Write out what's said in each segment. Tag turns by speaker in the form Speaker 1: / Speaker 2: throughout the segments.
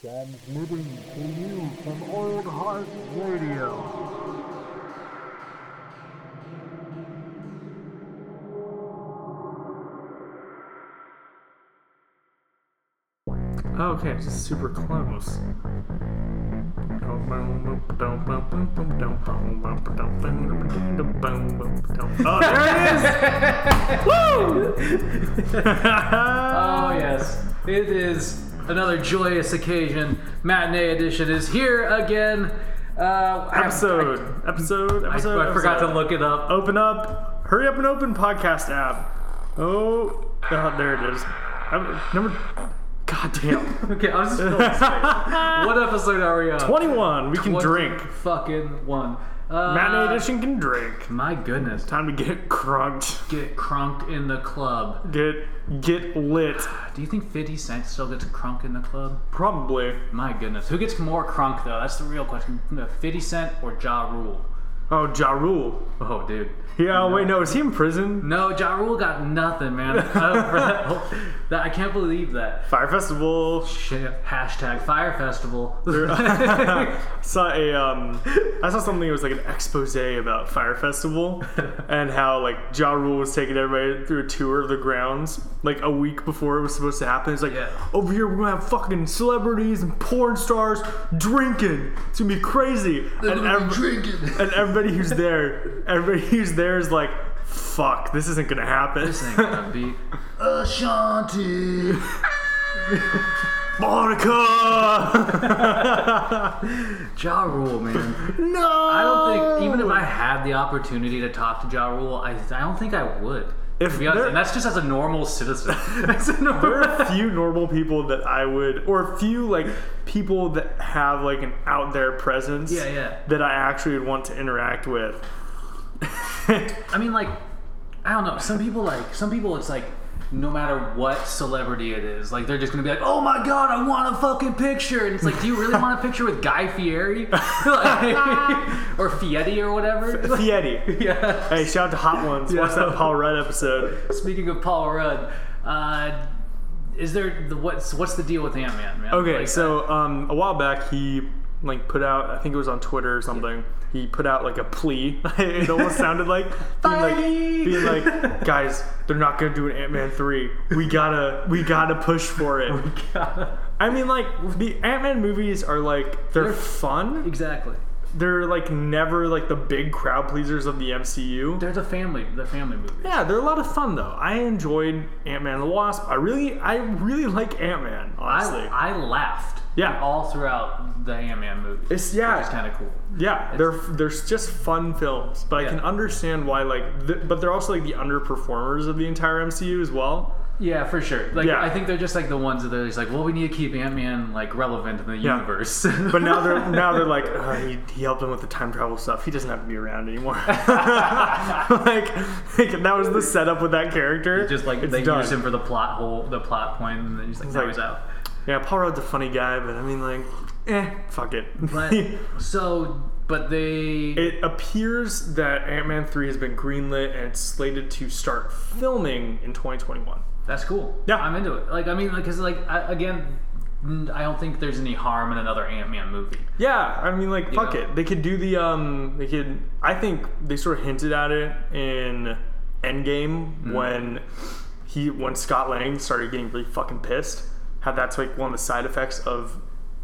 Speaker 1: Transmitting to you from Old Heart Radio.
Speaker 2: Okay, just super close. Oh, there it is! Woo!
Speaker 3: Oh, yes. It is another joyous occasion. Matinee edition is here again. Uh, I-
Speaker 2: episode, episode, episode.
Speaker 3: I, I forgot to look it up.
Speaker 2: Open up, hurry up and open podcast app. Oh, oh there it is. I'm- number, goddamn.
Speaker 3: Okay, I'll just fill this space. What episode are we on?
Speaker 2: 21, we can drink.
Speaker 3: Fucking one. Uh,
Speaker 2: Matinee edition can drink.
Speaker 3: My goodness.
Speaker 2: Time to get crunked.
Speaker 3: Get crunked in the club.
Speaker 2: Get get lit.
Speaker 3: Do you think 50 Cent still gets crunk in the club?
Speaker 2: Probably.
Speaker 3: My goodness. Who gets more crunk, though? That's the real question. 50 Cent or Ja Rule?
Speaker 2: Oh, Ja Rule.
Speaker 3: Oh, dude.
Speaker 2: Yeah, wait, no, is he in prison?
Speaker 3: No, Ja Rule got nothing, man. I, that, I can't believe that.
Speaker 2: Fire Festival.
Speaker 3: Shit. Hashtag Fire Festival.
Speaker 2: I saw a um I saw something that was like an expose about Fire Festival and how like Ja Rule was taking everybody through a tour of the grounds like a week before it was supposed to happen. It's like
Speaker 3: Yeah.
Speaker 2: over here we're gonna have fucking celebrities and porn stars drinking. It's gonna be crazy. And, ev- and everybody who's there everybody who's there is like, fuck, this isn't gonna happen.
Speaker 3: This ain't gonna be.
Speaker 1: Ashanti.
Speaker 2: Monica!
Speaker 3: Ja Rule, man.
Speaker 2: no!
Speaker 3: I don't think, even if I had the opportunity to talk to Ja Rule, I, I don't think I would.
Speaker 2: If
Speaker 3: to be honest,
Speaker 2: there-
Speaker 3: and that's just as a normal citizen. As a normal-
Speaker 2: there are few normal people that I would, or few like people that have like an out there presence.
Speaker 3: Yeah, yeah.
Speaker 2: That I actually would want to interact with.
Speaker 3: I mean, like, I don't know. Some people, like, some people, it's like, no matter what celebrity it is, like, they're just gonna be like, oh my god, I want a fucking picture. And it's like, do you really want a picture with Guy Fieri? Like, or Fieri or whatever?
Speaker 2: Fieri.
Speaker 3: yeah.
Speaker 2: Hey, shout out to Hot Ones. Watch that Paul Rudd episode.
Speaker 3: Speaking of Paul Rudd, uh, is there the what's what's the deal with Ant Man, man?
Speaker 2: Okay,
Speaker 3: Like, uh,
Speaker 2: so um, a while back he like put out, I think it was on Twitter or something. He put out like a plea. it almost sounded like being like,
Speaker 3: Fighting!
Speaker 2: being like, guys, they're not gonna do an Ant Man three. We gotta, we gotta push for it.
Speaker 3: God.
Speaker 2: I mean, like the Ant Man movies are like they're,
Speaker 3: They're-
Speaker 2: fun.
Speaker 3: exactly.
Speaker 2: They're like never like the big crowd pleasers of the MCU.
Speaker 3: There's a family, the family movie.
Speaker 2: yeah, they're a lot of fun though. I enjoyed Ant Man and the Wasp. I really, I really like Ant Man. Honestly,
Speaker 3: I, I laughed.
Speaker 2: Yeah.
Speaker 3: All throughout the Ant Man movie.
Speaker 2: it's yeah,
Speaker 3: It's kind of cool.
Speaker 2: yeah. They're they're just fun films, but I
Speaker 3: Yeah.
Speaker 2: can understand why like, th- but they're also like the underperformers of the entire MCU as well.
Speaker 3: Yeah, for sure. Like
Speaker 2: Yeah.
Speaker 3: I think they're just like the ones that are just like, well, we need to keep Ant Man like relevant in the
Speaker 2: Yeah.
Speaker 3: universe.
Speaker 2: But now they're now they're like "Uh, he, he helped him with the time travel stuff. He doesn't have to be around anymore. like, like, that was the setup with that character.
Speaker 3: just like
Speaker 2: It's
Speaker 3: they
Speaker 2: done.
Speaker 3: use him for the plot hole, the plot point, and then he's like,
Speaker 2: It's
Speaker 3: now
Speaker 2: like-
Speaker 3: he's out.
Speaker 2: Yeah, Paul Rudd's a funny guy, but I mean like, eh, fuck it.
Speaker 3: But so, but they
Speaker 2: it appears that Ant Man three has been greenlit and it's slated to start filming in 2021.
Speaker 3: That's cool.
Speaker 2: Yeah.
Speaker 3: I'm into it. Like, I mean, like, cause like I, again, n- I don't think there's any harm in another Ant Man movie.
Speaker 2: Yeah, I mean like fuck
Speaker 3: know?
Speaker 2: it. They could do the um they could I think they sort of hinted at it in Endgame
Speaker 3: Mm.
Speaker 2: when he when Scott Lang started getting really fucking pissed. How that's like one of the side effects of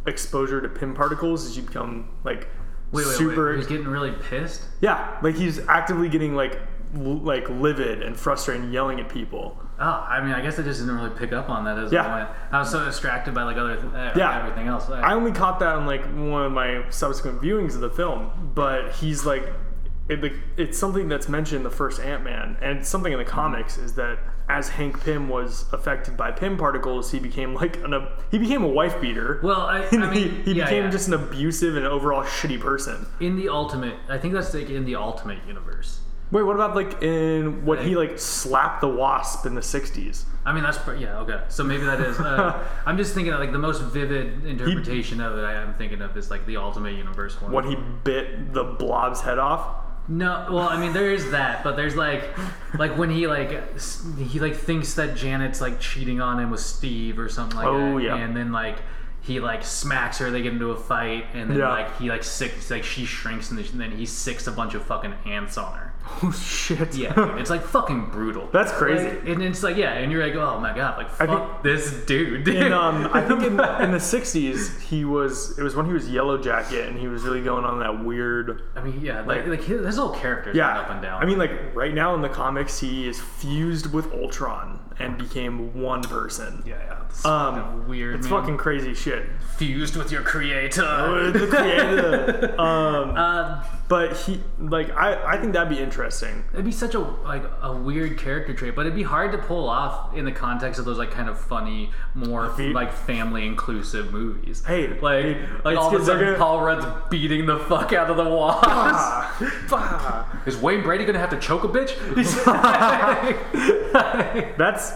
Speaker 2: exposure to pin particles is you become like
Speaker 3: Wait, wait,
Speaker 2: super
Speaker 3: wait. He's getting really pissed.
Speaker 2: Yeah, like he's actively getting like l- like livid and frustrated and yelling at people.
Speaker 3: Oh, I mean, I guess I just didn't really pick up on that as
Speaker 2: Yeah.
Speaker 3: I went. I was so distracted by like other th- uh,
Speaker 2: Yeah.
Speaker 3: everything else. Like,
Speaker 2: I only caught that on like one of my subsequent viewings of the film, but he's like, it, like it's something that's mentioned in the first Ant Man, and it's something in the comics is that as Hank Pym was affected by Pym particles, he became like an ab- he became a wife beater.
Speaker 3: well, I, I
Speaker 2: And
Speaker 3: mean,
Speaker 2: he, he
Speaker 3: yeah,
Speaker 2: became
Speaker 3: yeah.
Speaker 2: just an abusive and overall shitty person.
Speaker 3: in the ultimate. I think that's like in the ultimate universe.
Speaker 2: Wait, what about like in what he like slapped the wasp in the '60s?
Speaker 3: I mean, that's pr- yeah, okay. So maybe that is. Uh, I'm just thinking of, like the most vivid interpretation of it. I am thinking of is like the ultimate universe one.
Speaker 2: When he bit the blob's head off.
Speaker 3: No, well, I mean, there is that, but there's like, like when he like s- he like thinks that Janet's like cheating on him with Steve or something like
Speaker 2: Oh,
Speaker 3: that,
Speaker 2: yeah.
Speaker 3: and then like he like smacks her. They get into a fight, and then
Speaker 2: Yeah.
Speaker 3: like he like sicks like she shrinks, and then he sicks a bunch of fucking ants on her.
Speaker 2: Oh shit.
Speaker 3: Yeah, dude, it's like fucking brutal.
Speaker 2: That's crazy.
Speaker 3: Like, and it's like yeah, and you're like oh my god, like
Speaker 2: think-
Speaker 3: fuck this dude.
Speaker 2: And um, I think in, in the '60s, he was. It was when he was Yellow Jacket, and he was really going on that weird.
Speaker 3: I mean yeah, like like his, his whole character's
Speaker 2: Yeah,
Speaker 3: gone up and down.
Speaker 2: I mean, like right now in the comics, he is fused with Ultron and became one person.
Speaker 3: yeah, yeah, it's
Speaker 2: Um,
Speaker 3: fucking weird.
Speaker 2: It's
Speaker 3: man.
Speaker 2: fucking crazy shit.
Speaker 3: fused with your creator.
Speaker 2: Uh, the creator. um,
Speaker 3: Uh,
Speaker 2: but he, like, I, I think that'd be interesting.
Speaker 3: it'd be such a like a weird character trait, but it'd be hard to pull off in the context of those like kind of funny, more
Speaker 2: He-
Speaker 3: like family inclusive movies.
Speaker 2: Hey,
Speaker 3: like
Speaker 2: dude,
Speaker 3: like
Speaker 2: it's
Speaker 3: all of a
Speaker 2: good- they're
Speaker 3: sudden
Speaker 2: gonna-
Speaker 3: Paul Rudd's beating the fuck out of the wasp. Is Wayne Brady gonna have to choke a bitch? He's like,
Speaker 2: That's,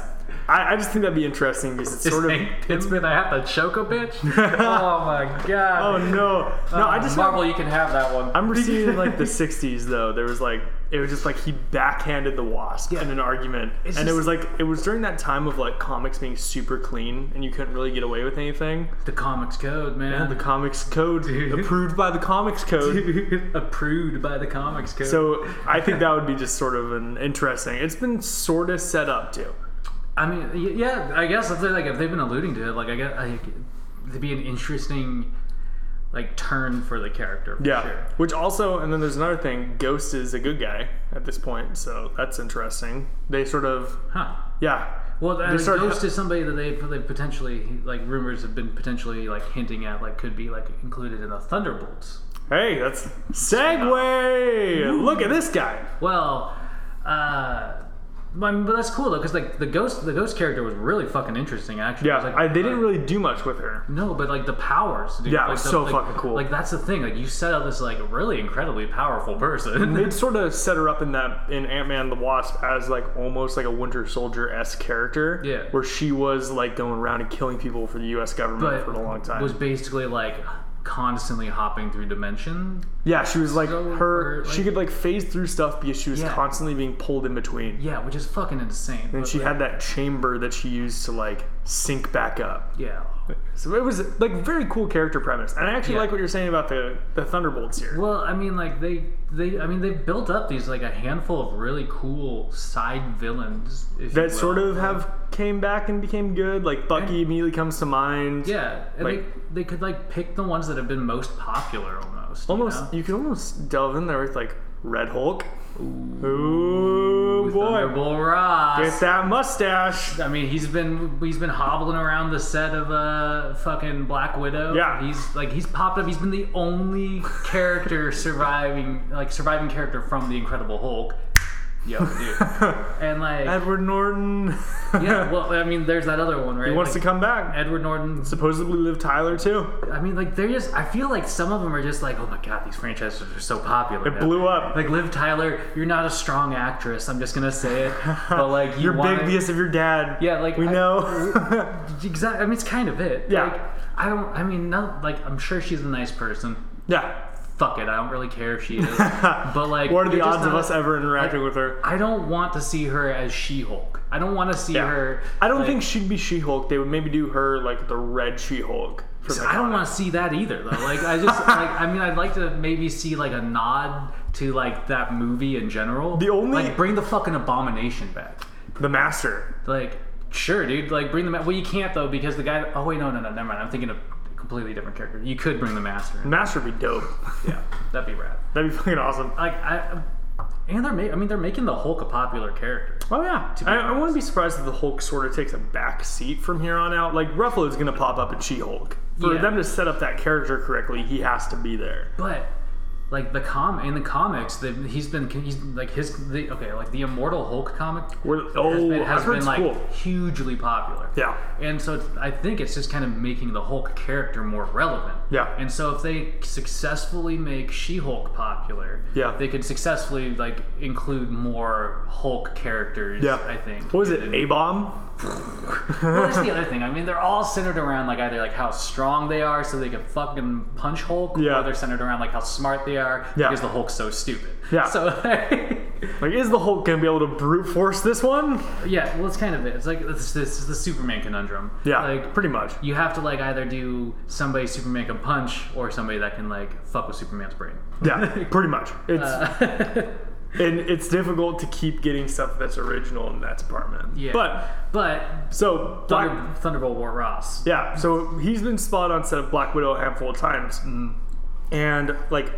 Speaker 2: I, I just think that'd be interesting because it's
Speaker 3: Is
Speaker 2: sort of.
Speaker 3: Hank Pittman, I have to choke a bitch. oh my
Speaker 2: Oh
Speaker 3: god!
Speaker 2: no, no! I just
Speaker 3: Marvel, you can have that one.
Speaker 2: I remember seeing in like the '60s though. There was like it was just like he backhanded the wasp in an argument,
Speaker 3: It's
Speaker 2: and it
Speaker 3: just-
Speaker 2: was like it was during that time of like comics being super clean and you couldn't really get away with anything.
Speaker 3: the comics code, man.
Speaker 2: And the comics code
Speaker 3: Dude.
Speaker 2: approved by the comics code.
Speaker 3: approved by the comics code.
Speaker 2: So I think that would be just sort of an interesting. It's been sort of set up too.
Speaker 3: I mean, y- yeah, I guess if they like if they've been alluding to it, like I guess I, it'd be an interesting like turn for the character. For
Speaker 2: Yeah.
Speaker 3: sure.
Speaker 2: Which also, and then there's another thing. Ghost is a good guy at this point, so that's interesting. They sort of,
Speaker 3: Huh.
Speaker 2: yeah.
Speaker 3: Well, I mean,
Speaker 2: start-
Speaker 3: Ghost is somebody that they they potentially like rumors have been potentially like hinting at like could be like included in the Thunderbolts.
Speaker 2: Hey, that's segue. Look at this guy.
Speaker 3: Well, uh, I mean, but that's cool though because like the ghost the ghost character was really fucking interesting actually.
Speaker 2: Yeah,
Speaker 3: It was, like,
Speaker 2: I, they didn't
Speaker 3: like-
Speaker 2: really do much with her.
Speaker 3: No, but like the powers, dude.
Speaker 2: Yeah, it
Speaker 3: like,
Speaker 2: was
Speaker 3: the-
Speaker 2: so
Speaker 3: like-
Speaker 2: fucking cool.
Speaker 3: Like that's the thing. Like you set up this like really incredibly powerful person.
Speaker 2: It sort of set her up in that in Ant Man the Wasp as like almost like a Winter Soldier esque character.
Speaker 3: Yeah.
Speaker 2: where she was like going around and killing people for the U.S. government
Speaker 3: but
Speaker 2: for a long time.
Speaker 3: was basically like constantly hopping through dimension.
Speaker 2: yeah, she was like
Speaker 3: so-
Speaker 2: her.
Speaker 3: or,
Speaker 2: she
Speaker 3: like-
Speaker 2: could like phase through stuff because she was
Speaker 3: Yeah.
Speaker 2: constantly being pulled in between.
Speaker 3: Yeah, which is fucking insane.
Speaker 2: And she had that chamber that she used to like sink back up.
Speaker 3: yeah.
Speaker 2: So it was like very cool character premise. And I actually
Speaker 3: Yeah.
Speaker 2: like what you're saying about the the Thunderbolts here.
Speaker 3: Well, I mean, like they, they, I mean, they built up these like a handful of really cool side villains if you will.
Speaker 2: that sort of have came back and became good. Like Bucky immediately comes to mind.
Speaker 3: yeah, and
Speaker 2: like-
Speaker 3: they, they could like pick the ones that have been most popular almost. you
Speaker 2: almost
Speaker 3: know?
Speaker 2: you can almost delve in there with like Red Hulk. Ooh, boy,
Speaker 3: Thunderbolt Ross.
Speaker 2: with that mustache.
Speaker 3: I mean, he's been he's been hobbling around the set of uh fucking Black Widow.
Speaker 2: Yeah.
Speaker 3: he's like he's popped up. He's been the only character surviving, like surviving character from the Incredible Hulk. Yo, dude, and like
Speaker 2: Edward Norton.
Speaker 3: yeah, well, I mean, there's that other one, right?
Speaker 2: he wants
Speaker 3: like,
Speaker 2: to come back.
Speaker 3: Edward Norton.
Speaker 2: Supposedly Liv Tyler too.
Speaker 3: I mean, like they're just. I feel like some of them are just like, oh my god, these franchises are so popular.
Speaker 2: It
Speaker 3: now."
Speaker 2: blew up.
Speaker 3: Like Liv Tyler, you're not a strong actress. I'm just gonna say it, but like you
Speaker 2: You're big
Speaker 3: wanna-
Speaker 2: because of your dad.
Speaker 3: Yeah, like
Speaker 2: we
Speaker 3: I-
Speaker 2: know.
Speaker 3: Exactly. I mean, it's kind of it.
Speaker 2: Yeah.
Speaker 3: Like, I don't. I mean, not like I'm sure she's a nice person.
Speaker 2: yeah.
Speaker 3: Fuck it. I don't really care if she is. but like,
Speaker 2: What are the
Speaker 3: you're just
Speaker 2: odds of
Speaker 3: not-
Speaker 2: us ever interacting with her?
Speaker 3: I don't want to see her as She-Hulk. I don't want to see
Speaker 2: Yeah.
Speaker 3: her.
Speaker 2: I don't
Speaker 3: like-
Speaker 2: think she'd be She-Hulk. They would maybe do her like the Red She-Hulk. from the
Speaker 3: I don't
Speaker 2: comic.
Speaker 3: want to see that either, though. Like, I just like. I mean, I'd like to maybe see like a nod to like that movie in general.
Speaker 2: The only-
Speaker 3: like bring the fucking abomination back.
Speaker 2: the Master.
Speaker 3: Like, sure, dude. Like, bring the ma- well, you can't though because the guy. Oh wait, no, no, no. Never mind. I'm thinking of a completely different character. You could bring the master. In.
Speaker 2: Master would be dope.
Speaker 3: Yeah, that'd be rad.
Speaker 2: That'd be fucking awesome.
Speaker 3: like I, and they're ma- I mean they're making the Hulk a popular character.
Speaker 2: Oh yeah.
Speaker 3: be
Speaker 2: I, I wouldn't
Speaker 3: honest.
Speaker 2: be surprised if the Hulk sort of takes a back seat from here on out. Like Ruffalo's gonna pop up in She-Hulk. For
Speaker 3: Yeah.
Speaker 2: them to set up that character correctly, he has to be there.
Speaker 3: But like the com in the comics, they, he's been he's like his the, okay like the Immortal Hulk comic
Speaker 2: We're, oh,
Speaker 3: has been, has
Speaker 2: I've heard
Speaker 3: been
Speaker 2: it's
Speaker 3: like
Speaker 2: cool.
Speaker 3: hugely popular.
Speaker 2: Yeah.
Speaker 3: And so it's, I think it's just kind of making the Hulk character more relevant.
Speaker 2: Yeah.
Speaker 3: And so if they successfully make She-Hulk popular,
Speaker 2: Yeah.
Speaker 3: they could successfully like include more Hulk characters.
Speaker 2: Yeah.
Speaker 3: I think.
Speaker 2: What was it?
Speaker 3: in-
Speaker 2: A bomb?
Speaker 3: well, that's the other thing. I mean, they're all centered around like either like how strong they are, so they can fucking punch Hulk,
Speaker 2: Yeah.
Speaker 3: or they're centered around like how smart they are
Speaker 2: Yeah.
Speaker 3: because the Hulk's so stupid.
Speaker 2: Yeah.
Speaker 3: So
Speaker 2: Like, is the Hulk gonna be able to brute force this one?
Speaker 3: yeah, well, it's kind of it. It's like this, this is the Superman conundrum.
Speaker 2: Yeah,
Speaker 3: Like
Speaker 2: pretty much.
Speaker 3: you have to like either do somebody Superman can punch or somebody that can like fuck with Superman's brain.
Speaker 2: Yeah, pretty much. It's
Speaker 3: Uh,
Speaker 2: and it's difficult to keep getting stuff that's original in that department.
Speaker 3: Yeah.
Speaker 2: But
Speaker 3: but
Speaker 2: so Black,
Speaker 3: Thunder, Thunderbolt War Ross.
Speaker 2: yeah, so he's been spotted on set of Black Widow a handful of times, and like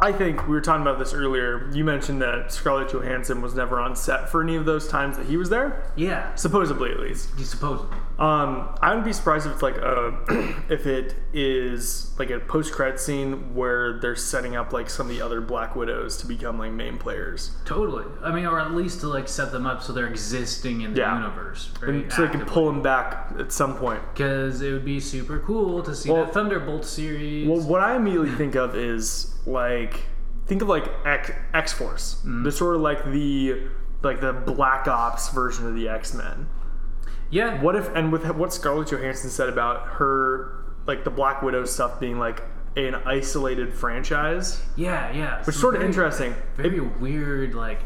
Speaker 2: I think we were talking about this earlier. You mentioned that Scarlett Johansson was never on set for any of those times that he was there,
Speaker 3: Yeah.
Speaker 2: supposedly at least.
Speaker 3: You suppose.
Speaker 2: Um, I wouldn't be surprised if it's like a, if it is like a post credit scene where they're setting up like some of the other Black Widows to become like main players,
Speaker 3: Totally. I mean, or at least to like set them up so they're existing in the
Speaker 2: Yeah.
Speaker 3: universe.
Speaker 2: and so they can pull them back at some point.
Speaker 3: Because it would be super cool to see
Speaker 2: Well-
Speaker 3: that Thunderbolt series.
Speaker 2: Well, what I immediately think of is like think of like X X Force. They're sort of like the like the Black Ops version of the X Men.
Speaker 3: yeah.
Speaker 2: What if and with what Scarlett Johansson said about her like the Black Widow stuff being like an isolated franchise,
Speaker 3: Yeah. Yeah.
Speaker 2: which is sort of interesting.
Speaker 3: Very weird. Like.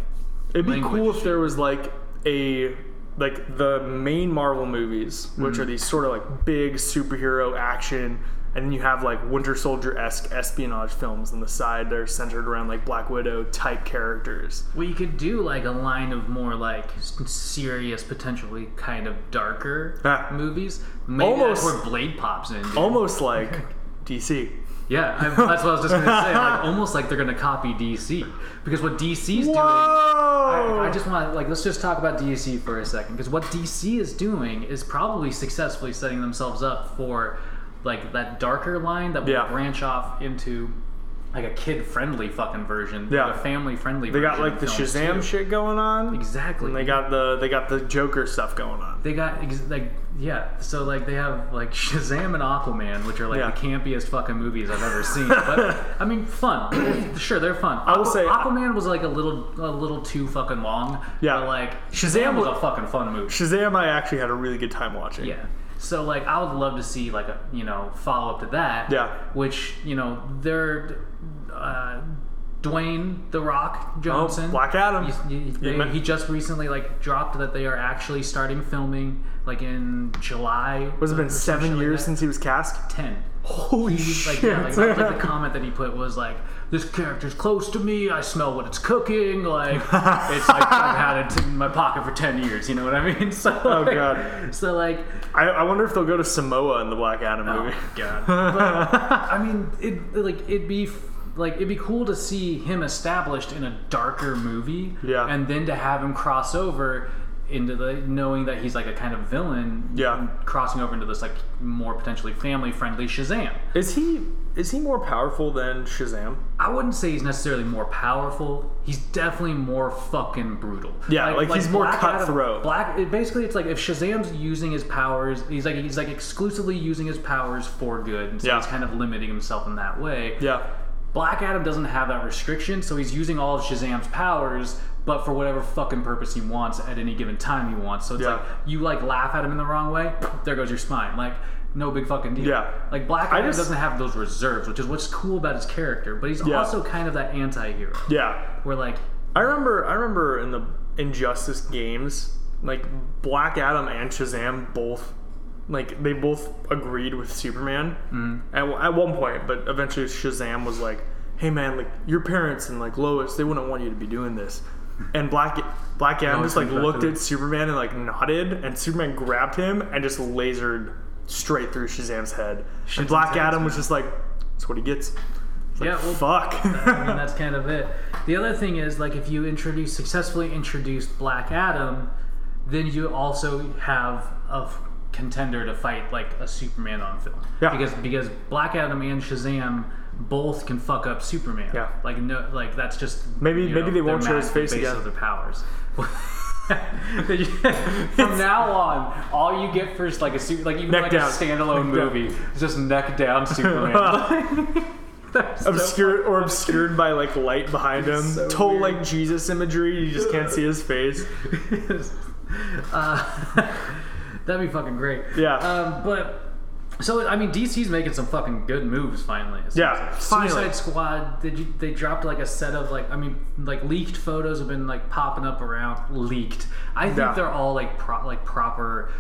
Speaker 2: It'd be
Speaker 3: language.
Speaker 2: cool if there was like a like the main Marvel movies, which are these sort of like big superhero action, and then you have like Winter Soldier esque espionage films on the side that are centered around like Black Widow type characters.
Speaker 3: Well, you could do like a line of more like s- serious, potentially kind of darker
Speaker 2: Ah.
Speaker 3: movies. Maybe
Speaker 2: Almost-
Speaker 3: that's where Blade pops in. dude.
Speaker 2: Almost like DC.
Speaker 3: Yeah, I, that's what I was just gonna say. Like, almost like they're gonna copy DC because what DC's doing. I, I
Speaker 2: Oh.
Speaker 3: just want to like let's just talk about DC for a second because what DC is doing is probably successfully setting themselves up for like that darker line that will
Speaker 2: Yeah.
Speaker 3: branch off into like a kid-friendly fucking version, like,
Speaker 2: Yeah.
Speaker 3: a family-friendly.
Speaker 2: they got like the Shazam shit going on.
Speaker 3: exactly.
Speaker 2: And they got the they got the Joker stuff going on.
Speaker 3: they got ex- like yeah, so like they have like Shazam and Aquaman, which are like
Speaker 2: Yeah.
Speaker 3: the campiest fucking movies I've ever seen. But I mean, fun. sure, they're fun. I
Speaker 2: will say-
Speaker 3: Aquaman was like a little a little too fucking long.
Speaker 2: Yeah.
Speaker 3: but, like
Speaker 2: Shazam
Speaker 3: Shazam was
Speaker 2: was-
Speaker 3: a fucking fun movie.
Speaker 2: Shazam, I actually had a really good time watching.
Speaker 3: Yeah. So like I would love to see like a you know follow up to that.
Speaker 2: Yeah.
Speaker 3: Which you know they're uh, Dwayne the Rock Johnson.
Speaker 2: Oh, Black Adam.
Speaker 3: He's- he- they-
Speaker 2: meant-
Speaker 3: he just recently like dropped that they are actually starting filming like in July.
Speaker 2: Was it
Speaker 3: or
Speaker 2: been
Speaker 3: some shit
Speaker 2: seven
Speaker 3: like
Speaker 2: years
Speaker 3: that.
Speaker 2: since he was cast?
Speaker 3: ten?
Speaker 2: Holy
Speaker 3: He's like,
Speaker 2: shit!
Speaker 3: yeah, like, that was, like the comment that he put was like, "This character's close to me. I smell what it's cooking. Like it's like I've had it in my pocket for ten years. You know what I mean?" So
Speaker 2: Oh,
Speaker 3: like-
Speaker 2: God.
Speaker 3: So like
Speaker 2: I, I wonder if they'll go to Samoa in the Black Adam movie.
Speaker 3: God. But, I mean, it like it'd be f- like it'd be cool to see him established in a darker movie,
Speaker 2: Yeah.
Speaker 3: and then to have him cross over into the knowing that he's like a kind of villain,
Speaker 2: Yeah.
Speaker 3: and crossing over into this like more potentially family friendly Shazam.
Speaker 2: Is he is he more powerful than Shazam?
Speaker 3: I wouldn't say he's necessarily more powerful. He's definitely more fucking brutal.
Speaker 2: Yeah, like, he's more
Speaker 3: Adam-
Speaker 2: cutthroat.
Speaker 3: black. It, basically, it's like if Shazam's using his powers, he's like he's like exclusively using his powers for good, and so
Speaker 2: Yeah.
Speaker 3: he's kind of limiting himself in that way.
Speaker 2: Yeah,
Speaker 3: Black Adam doesn't have that restriction, so he's using all of Shazam's powers, but for whatever fucking purpose he wants at any given time he wants. So it's
Speaker 2: Yeah.
Speaker 3: like you like laugh at him in the wrong way, there goes your spine. Like no big fucking deal.
Speaker 2: Yeah.
Speaker 3: Like Black Adam
Speaker 2: just-
Speaker 3: doesn't have those reserves, which is what's cool about his character, but he's
Speaker 2: Yeah.
Speaker 3: also kind of that anti-hero.
Speaker 2: yeah.
Speaker 3: Where like
Speaker 2: I remember I remember in the Injustice games, like Black Adam and Shazam both, like they both agreed with Superman
Speaker 3: Mm-hmm.
Speaker 2: at, at one point, but eventually Shazam was like, "Hey man, like your parents and like Lois, they wouldn't want you to be doing this." And Black Black Adam
Speaker 3: Lois
Speaker 2: just like
Speaker 3: was
Speaker 2: looked
Speaker 3: like-
Speaker 2: at Superman and like nodded, and Superman grabbed him and just lasered straight through Shazam's head. and
Speaker 3: Shazam's
Speaker 2: Black
Speaker 3: head,
Speaker 2: Adam was
Speaker 3: man.
Speaker 2: just like, "That's what he gets." It's like,
Speaker 3: Yeah, well,
Speaker 2: fuck.
Speaker 3: I mean, that's kind of it. The other thing is like if you introduce successfully introduce Black Adam, then you also have a f- contender to fight like a Superman on film.
Speaker 2: Yeah.
Speaker 3: Because because Black Adam and Shazam both can fuck up Superman.
Speaker 2: Yeah.
Speaker 3: Like no, like that's just
Speaker 2: Maybe-
Speaker 3: you
Speaker 2: maybe they
Speaker 3: their
Speaker 2: won't show his
Speaker 3: massive
Speaker 2: face
Speaker 3: base
Speaker 2: again.
Speaker 3: Of their powers. From now on, all you get for is like a super, like even
Speaker 2: Neck
Speaker 3: like
Speaker 2: down.
Speaker 3: a standalone movie, is just neck down Superman. That's so
Speaker 2: obscured or obscured by like light behind him.
Speaker 3: so
Speaker 2: Total
Speaker 3: weird.
Speaker 2: like Jesus imagery. You just can't see his face.
Speaker 3: uh, That'd be fucking great.
Speaker 2: Yeah.
Speaker 3: Um, but so I mean, DC's making some fucking good moves finally. it seems
Speaker 2: Yeah,
Speaker 3: like.
Speaker 2: finally.
Speaker 3: Suicide Squad. They ju- they dropped like a set of like I mean like leaked photos have been like popping up around leaked. I think
Speaker 2: Yeah.
Speaker 3: they're all like pro- like proper.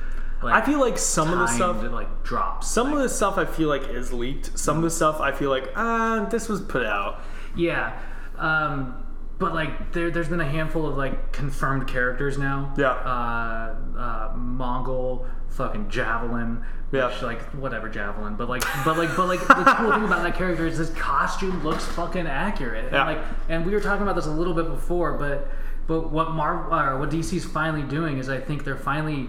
Speaker 3: Like,
Speaker 2: I feel like some of the stuff,
Speaker 3: that like drops.
Speaker 2: some of the stuff I feel like is leaked. Some of the stuff I feel like, ah, this was put out.
Speaker 3: Yeah. Um, but like there, there's been a handful of like confirmed characters now.
Speaker 2: Yeah.
Speaker 3: Uh, uh, Mongol, fucking javelin.
Speaker 2: Yeah.
Speaker 3: Which, like whatever javelin, but like, but like, but like, the cool thing about that character is his costume looks fucking accurate. And
Speaker 2: Yeah.
Speaker 3: Like, and we were talking about this a little bit before, but but what Marvel, uh, what DC's finally doing is I think they're finally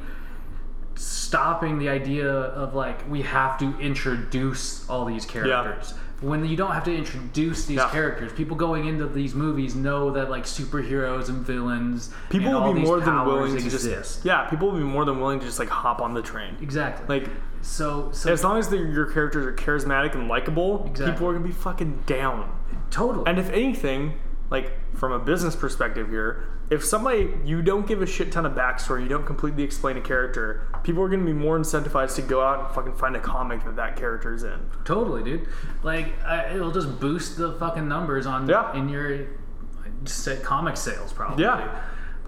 Speaker 3: stopping the idea of like we have to introduce all these characters. When you don't have to introduce these
Speaker 2: Yeah.
Speaker 3: characters, people going into these movies know that like superheroes and villains,
Speaker 2: People
Speaker 3: and all
Speaker 2: will be
Speaker 3: these
Speaker 2: more than
Speaker 3: powers
Speaker 2: willing to
Speaker 3: exist.
Speaker 2: just, yeah, people will be more than willing to just like hop on the train.
Speaker 3: exactly.
Speaker 2: Like
Speaker 3: so, so
Speaker 2: as long as the, your characters are charismatic and likable,
Speaker 3: Exactly.
Speaker 2: people are gonna be fucking down.
Speaker 3: totally.
Speaker 2: And if anything, like from a business perspective here, if somebody you don't give a shit ton of backstory, you don't completely explain a character, people are going to be more incentivized to go out and fucking find a comic that that character is in.
Speaker 3: Totally, dude. Like I, it'll just boost the fucking numbers on
Speaker 2: Yeah.
Speaker 3: in your set comic sales probably.
Speaker 2: Yeah.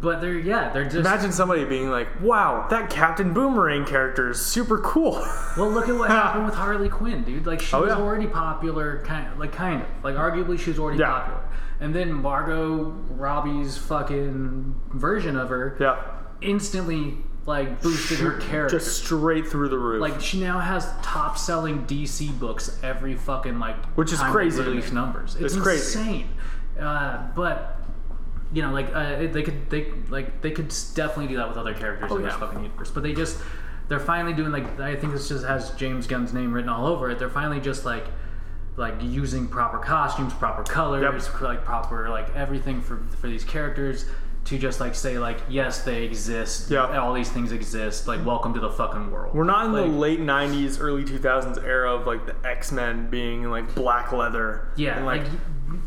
Speaker 3: But they're yeah, they're just
Speaker 2: Imagine somebody being like, "Wow, that Captain Boomerang character is super cool."
Speaker 3: Well, look at what happened with Harley Quinn, dude. Like she
Speaker 2: Oh,
Speaker 3: was
Speaker 2: yeah.
Speaker 3: already popular, kind of, like kind of, like arguably she was already
Speaker 2: Yeah.
Speaker 3: popular. And then Margot Robbie's fucking version of her
Speaker 2: yeah,
Speaker 3: instantly like boosted her character.
Speaker 2: just straight through the roof.
Speaker 3: like she now has top selling DC books every fucking like
Speaker 2: Which is
Speaker 3: time they
Speaker 2: crazy to
Speaker 3: release
Speaker 2: me.
Speaker 3: numbers. It's,
Speaker 2: It's crazy.
Speaker 3: insane. Uh, but you know, like uh, it- they could they like they could s- definitely do that with other characters in this
Speaker 2: Oh, yeah.
Speaker 3: fucking universe. But they just they're finally doing like I think this just has James Gunn's name written all over it. They're finally just like like using proper costumes, proper colors, like proper like everything for for these characters to just like say like yes they exist
Speaker 2: Yeah.
Speaker 3: all these things exist like welcome to the fucking world
Speaker 2: we're not in
Speaker 3: like,
Speaker 2: the late '90s, early 2000s era of like the X Men being in like black leather.
Speaker 3: Yeah,
Speaker 2: and,
Speaker 3: like, y-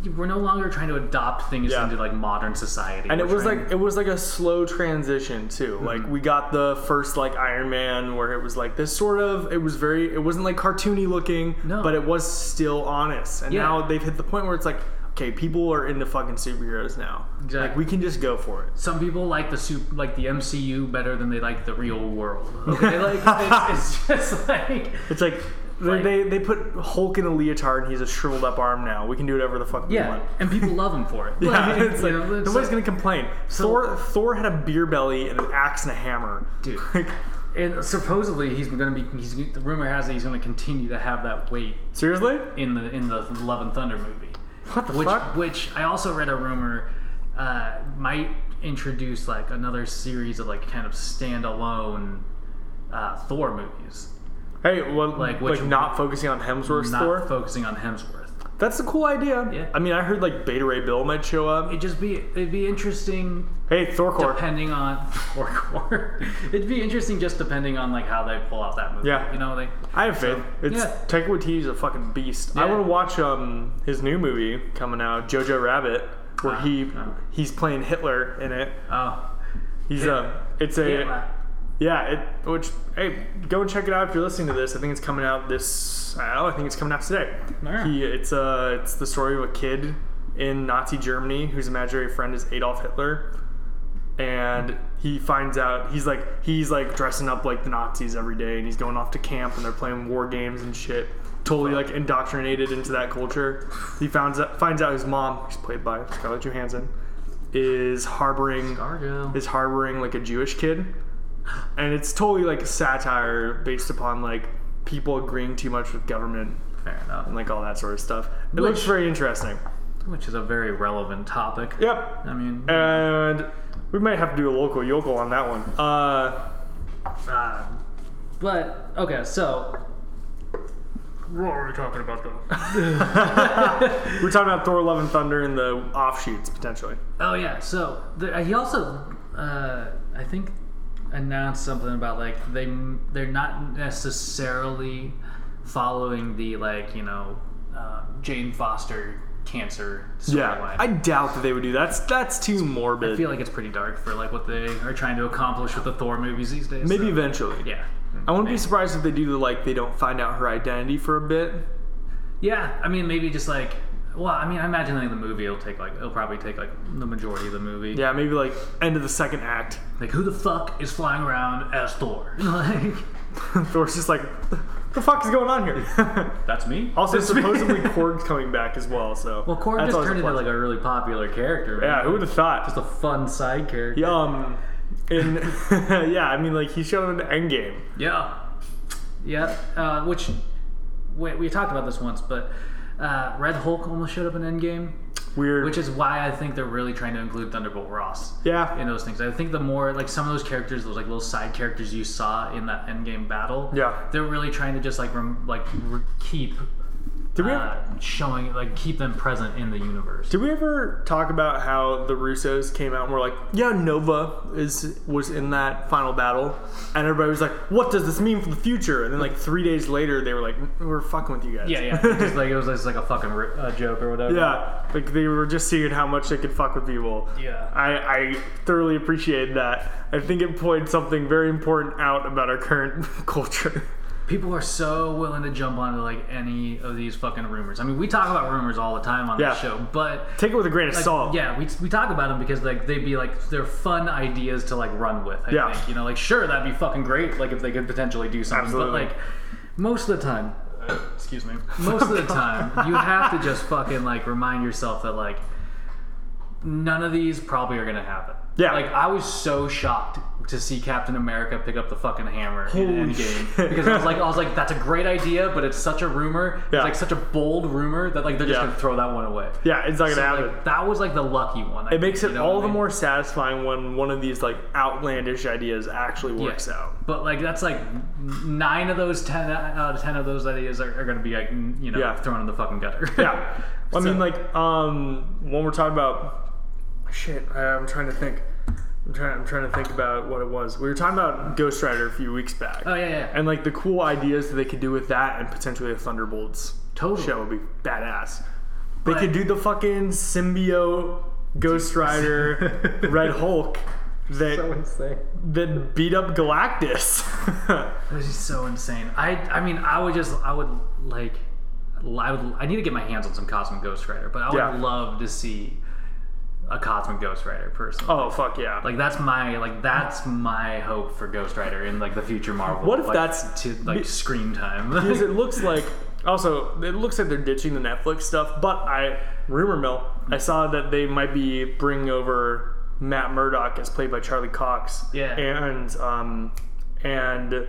Speaker 3: y- we're no longer trying to adopt things
Speaker 2: Yeah.
Speaker 3: into like modern society.
Speaker 2: and
Speaker 3: We're
Speaker 2: it was
Speaker 3: trying-
Speaker 2: like it was like a slow transition too
Speaker 3: Mm-hmm.
Speaker 2: like we got the first like iron man where it was like this sort of it was very it wasn't like cartoony looking
Speaker 3: No.
Speaker 2: but it was still honest and
Speaker 3: Yeah.
Speaker 2: now they've hit the point where it's like okay people are into fucking superheroes now like
Speaker 3: Exactly.
Speaker 2: we can just go for it
Speaker 3: some people like the soup, like the MCU better than they like the real world. Okay, like it's, it's just like
Speaker 2: it's like they,
Speaker 3: Right.
Speaker 2: they, they put Hulk in a leotard and he's a shriveled up arm now. We can do whatever the fuck we
Speaker 3: yeah,
Speaker 2: want.
Speaker 3: and people love them for it.
Speaker 2: Yeah,
Speaker 3: Like,
Speaker 2: it's
Speaker 3: you
Speaker 2: like,
Speaker 3: know, it's
Speaker 2: nobody's
Speaker 3: like-
Speaker 2: gonna complain. Thor Thor had a beer belly and an axe and a hammer.
Speaker 3: Dude.
Speaker 2: Like,
Speaker 3: And supposedly he's going to be. He's, the rumor has it he's going to continue to have that weight
Speaker 2: seriously?
Speaker 3: in the in the Love and Thunder movie.
Speaker 2: What the
Speaker 3: which
Speaker 2: fuck?
Speaker 3: which I also read a rumor uh, might introduce like another series of like kind of standalone uh, Thor movies,
Speaker 2: Hey, well, like,
Speaker 3: Like, which-
Speaker 2: not focusing on Hemsworth's
Speaker 3: not
Speaker 2: Thor.
Speaker 3: focusing on Hemsworth.
Speaker 2: That's a cool idea.
Speaker 3: Yeah.
Speaker 2: I mean, I heard like Beta Ray Bill might show up.
Speaker 3: It'd just be it'd be interesting
Speaker 2: Hey, Thorcore.
Speaker 3: depending on Thor core. it'd be interesting just depending on like how they pull out that movie.
Speaker 2: Yeah.
Speaker 3: you know they.
Speaker 2: I have faith. It's
Speaker 3: yeah.
Speaker 2: Taika Waititi's a fucking beast. I
Speaker 3: Yeah.
Speaker 2: want to watch um his new movie coming out, Jojo Rabbit, where
Speaker 3: Ah,
Speaker 2: he
Speaker 3: ah.
Speaker 2: he's playing Hitler in it.
Speaker 3: Oh,
Speaker 2: He's a it's a yeah. It which hey go and check it out if you're listening to this. I think it's coming out this. I don't know, I think it's coming out today.
Speaker 3: Alright.
Speaker 2: He it's uh it's the story of a kid in Nazi Germany whose imaginary friend is Adolf Hitler. and he finds out he's like he's like dressing up like the Nazis every day, and he's going off to camp, and they're playing war games and shit. Totally like indoctrinated into that culture. He finds out finds out his mom, who's played by Scarlett Johansson, is harboring
Speaker 3: Argo.
Speaker 2: is harboring like a Jewish kid, and it's totally like satire based upon like people agreeing too much with government
Speaker 3: Fair enough.
Speaker 2: and like all that sort of stuff. It looks
Speaker 3: Which-
Speaker 2: very interesting.
Speaker 3: Which is a very relevant topic.
Speaker 2: Yep.
Speaker 3: I mean,
Speaker 2: And we might have to do a local yokel on that one. Uh,
Speaker 3: Uh, but okay, so what were we talking about though?
Speaker 2: we're talking about Thor: Love and Thunder and the offshoots potentially.
Speaker 3: oh yeah, so the, he also uh, I think announced something about like they they're not necessarily following the like you know uh, um, Jane Foster cancer
Speaker 2: Yeah,
Speaker 3: storyline.
Speaker 2: I doubt that they would do that. That's that's too morbid.
Speaker 3: I feel like it's pretty dark for like what they are trying to accomplish with the Thor movies these days.
Speaker 2: Maybe
Speaker 3: so-
Speaker 2: eventually.
Speaker 3: yeah.
Speaker 2: I wouldn't be surprised if they do the like they don't find out her identity for a bit.
Speaker 3: Yeah, I mean, maybe just like, well, I mean, I imagine like the movie will take like it'll probably take like the majority of the movie.
Speaker 2: Yeah, maybe like end of the second act.
Speaker 3: Like, who the fuck is flying around as Thor? like,
Speaker 2: Thor's just like, the fuck is going on here?
Speaker 3: that's me.
Speaker 2: also,
Speaker 3: That's me.
Speaker 2: supposedly Korg's coming back as well. So
Speaker 3: well, Korg
Speaker 2: That's
Speaker 3: just
Speaker 2: always a
Speaker 3: turned into
Speaker 2: plus.
Speaker 3: like a really popular character.
Speaker 2: yeah. Who would have thought?
Speaker 3: Just a fun side character.
Speaker 2: Yeah, um, and yeah, I mean, like he showed an Endgame.
Speaker 3: Yeah. Yeah. Uh, which we, we talked about this once, but uh, Red Hulk almost showed up in Endgame,
Speaker 2: Weird.
Speaker 3: which is why I think they're really trying to include Thunderbolt Ross
Speaker 2: yeah,
Speaker 3: in those things. I think the more like some of those characters, those like little side characters you saw in that Endgame battle,
Speaker 2: yeah.
Speaker 3: they're really trying to just like rem- like re- keep
Speaker 2: Did we ever,
Speaker 3: uh, showing like keep them present in the universe.
Speaker 2: did we ever talk about how the Russos came out and were like, yeah, Nova is was in that final battle, and everybody was like, what does this mean for the future? And then like three days later, they were like, we're fucking with you guys.
Speaker 3: Yeah, yeah. It's just like it was just like a fucking ri- uh, joke or whatever.
Speaker 2: Yeah, like they were just seeing how much they could fuck with people.
Speaker 3: Yeah.
Speaker 2: I, I thoroughly appreciate that. I think it pointed something very important out about our current culture.
Speaker 3: People are so willing to jump onto like any of these fucking rumors. I mean, we talk about rumors all the time on
Speaker 2: Yeah.
Speaker 3: this show, but
Speaker 2: Take it with a grain of
Speaker 3: like,
Speaker 2: salt.
Speaker 3: yeah, we, we talk about them because like they'd be like they're fun ideas to like run with. I
Speaker 2: Yeah.
Speaker 3: think you know, like sure that'd be fucking great, like if they could potentially do something,
Speaker 2: Absolutely. Uh,
Speaker 3: but like most of the time, excuse me, most of the time you have to just fucking like remind yourself that like none of these probably are gonna happen.
Speaker 2: Yeah.
Speaker 3: like I was so shocked to see Captain America pick up the fucking hammer
Speaker 2: Holy
Speaker 3: in Endgame
Speaker 2: shit.
Speaker 3: because I was like, I was like, that's a great idea, but it's such a rumor.
Speaker 2: Yeah.
Speaker 3: It's like such a bold rumor that like they're just
Speaker 2: Yeah.
Speaker 3: gonna throw that one away.
Speaker 2: Yeah, it's not gonna
Speaker 3: So,
Speaker 2: happen.
Speaker 3: like, that was like the lucky one. I
Speaker 2: it makes it all the more
Speaker 3: more
Speaker 2: satisfying when one of these like outlandish ideas actually works out.
Speaker 3: But like that's like nine of those ten uh, out of ten of those ideas are, are going to be like n- you know
Speaker 2: Yeah.
Speaker 3: thrown in the fucking gutter.
Speaker 2: Yeah, I
Speaker 3: So-
Speaker 2: mean like um when we're talking about shit, I, I'm trying to think. I'm trying. I'm trying to think about what it was. We were talking about Ghost Rider a few weeks back.
Speaker 3: oh yeah, yeah,
Speaker 2: And like the cool ideas that they could do with that and potentially a Thunderbolts
Speaker 3: Totally.
Speaker 2: show would be badass. They
Speaker 3: But-
Speaker 2: could do the fucking symbiote Ghost Rider Red Hulk that
Speaker 3: insane.
Speaker 2: that beat up Galactus.
Speaker 3: This is so insane. I I mean I would just I would like I would I need to get my hands on some Cosmic Ghost Rider, but I would
Speaker 2: Yeah.
Speaker 3: love to see a Cosmic Ghost Rider personally.
Speaker 2: oh fuck yeah!
Speaker 3: Like that's my like that's my hope for Ghost Rider in like the future Marvel.
Speaker 2: What if
Speaker 3: like,
Speaker 2: that's-
Speaker 3: to like screen time?
Speaker 2: because it looks like also it looks like they're ditching the Netflix stuff. But I rumor mill, I saw that they might be bringing over Matt Murdock as played by Charlie Cox.
Speaker 3: Yeah.
Speaker 2: and um and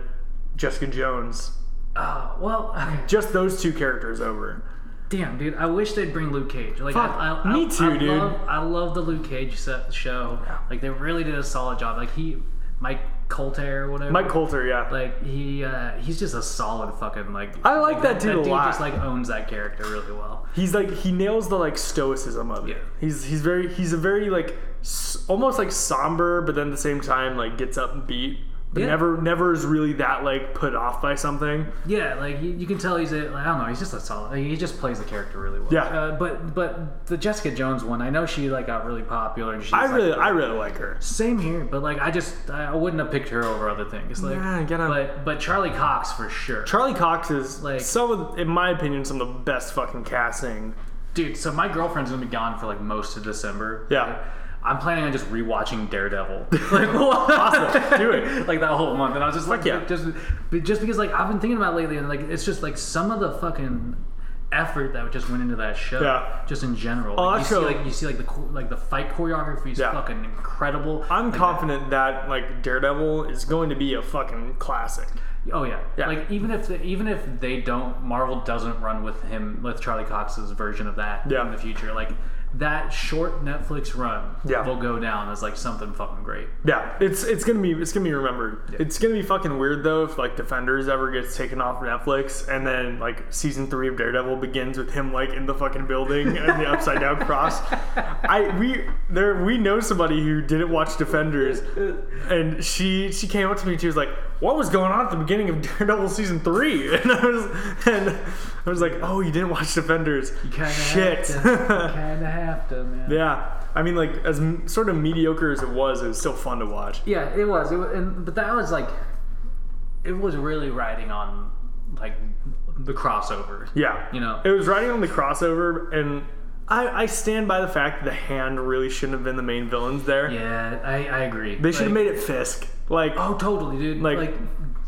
Speaker 2: Jessica Jones.
Speaker 3: Oh, well, okay.
Speaker 2: Just those two characters over.
Speaker 3: damn, dude. I wish they'd bring Luke Cage. Like,
Speaker 2: Fuck,
Speaker 3: I, I,
Speaker 2: me
Speaker 3: I,
Speaker 2: too,
Speaker 3: I
Speaker 2: dude.
Speaker 3: Love, I love the Luke Cage set, show. Like, they really did a solid job. Like he, Mike Colter, or whatever.
Speaker 2: Mike Coulter, yeah.
Speaker 3: Like he, uh, he's just a solid fucking like.
Speaker 2: I like that dude a lot.
Speaker 3: just like owns that character really well.
Speaker 2: he's like he nails the like stoicism of it.
Speaker 3: Yeah.
Speaker 2: He's he's very he's a very like s- almost like somber, but then at the same time like gets up and beat. But
Speaker 3: Yeah.
Speaker 2: never never is really that like put off by something.
Speaker 3: Yeah, like you, you can tell he's a like, I don't know, he's just a solid. Like, he just plays the character really well.
Speaker 2: Yeah.
Speaker 3: Uh, but but the Jessica Jones one, I know she like got really popular and she's
Speaker 2: I
Speaker 3: like,
Speaker 2: really I really like her.
Speaker 3: Same here, but like I just I wouldn't have picked her over other things. Like,
Speaker 2: Yeah, get on-
Speaker 3: But but Charlie Cox for sure,
Speaker 2: Charlie Cox is
Speaker 3: Like-
Speaker 2: like some of in my opinion some of the best fucking casting.
Speaker 3: dude. So my girlfriend's gonna be gone for like most of December.
Speaker 2: Yeah.
Speaker 3: I'm planning on just rewatching Daredevil. Like what? awesome,
Speaker 2: Do it.
Speaker 3: Like that whole month, and I was just like,
Speaker 2: yeah.
Speaker 3: just but just because like I've been thinking about it lately, and like it's just like some of the fucking effort that just went into that show,
Speaker 2: Yeah. Oh,
Speaker 3: just in general.
Speaker 2: that
Speaker 3: Like, you
Speaker 2: show-
Speaker 3: see like you see like the cho- like the fight choreography is
Speaker 2: Yeah.
Speaker 3: fucking incredible.
Speaker 2: I'm
Speaker 3: Like,
Speaker 2: confident that like Daredevil is going to be a fucking classic.
Speaker 3: Oh yeah.
Speaker 2: Yeah.
Speaker 3: Like even if the, even if they don't Marvel doesn't run with him with Charlie Cox's version of that
Speaker 2: Yeah.
Speaker 3: in the future, like that short Netflix run
Speaker 2: Yeah.
Speaker 3: will go down as like something fucking great.
Speaker 2: Yeah, it's it's gonna be it's gonna be remembered. It's gonna be fucking weird though if like Defenders ever gets taken off Netflix and then like season three of Daredevil begins with him like in the fucking building and the upside down cross. I we there we know somebody who didn't watch Defenders and she she came up to me and she was like, what was going on at the beginning of Daredevil season three? And I was, and I was like, oh, you didn't watch Defenders.
Speaker 3: You kind of
Speaker 2: Shit.
Speaker 3: Have to. you kind of have to, man.
Speaker 2: yeah. I mean, like as m- sort of mediocre as it was, it was still fun to watch.
Speaker 3: Yeah, it was. It was, and, but that was like, it was really riding on like the crossover.
Speaker 2: Yeah.
Speaker 3: You know.
Speaker 2: It was riding on the crossover, and I, I stand by the fact that the hand really shouldn't have been the main villains there.
Speaker 3: Yeah, I, I agree.
Speaker 2: They should have made it Fisk. Like,
Speaker 3: Oh, totally, dude.
Speaker 2: Like-
Speaker 3: Like,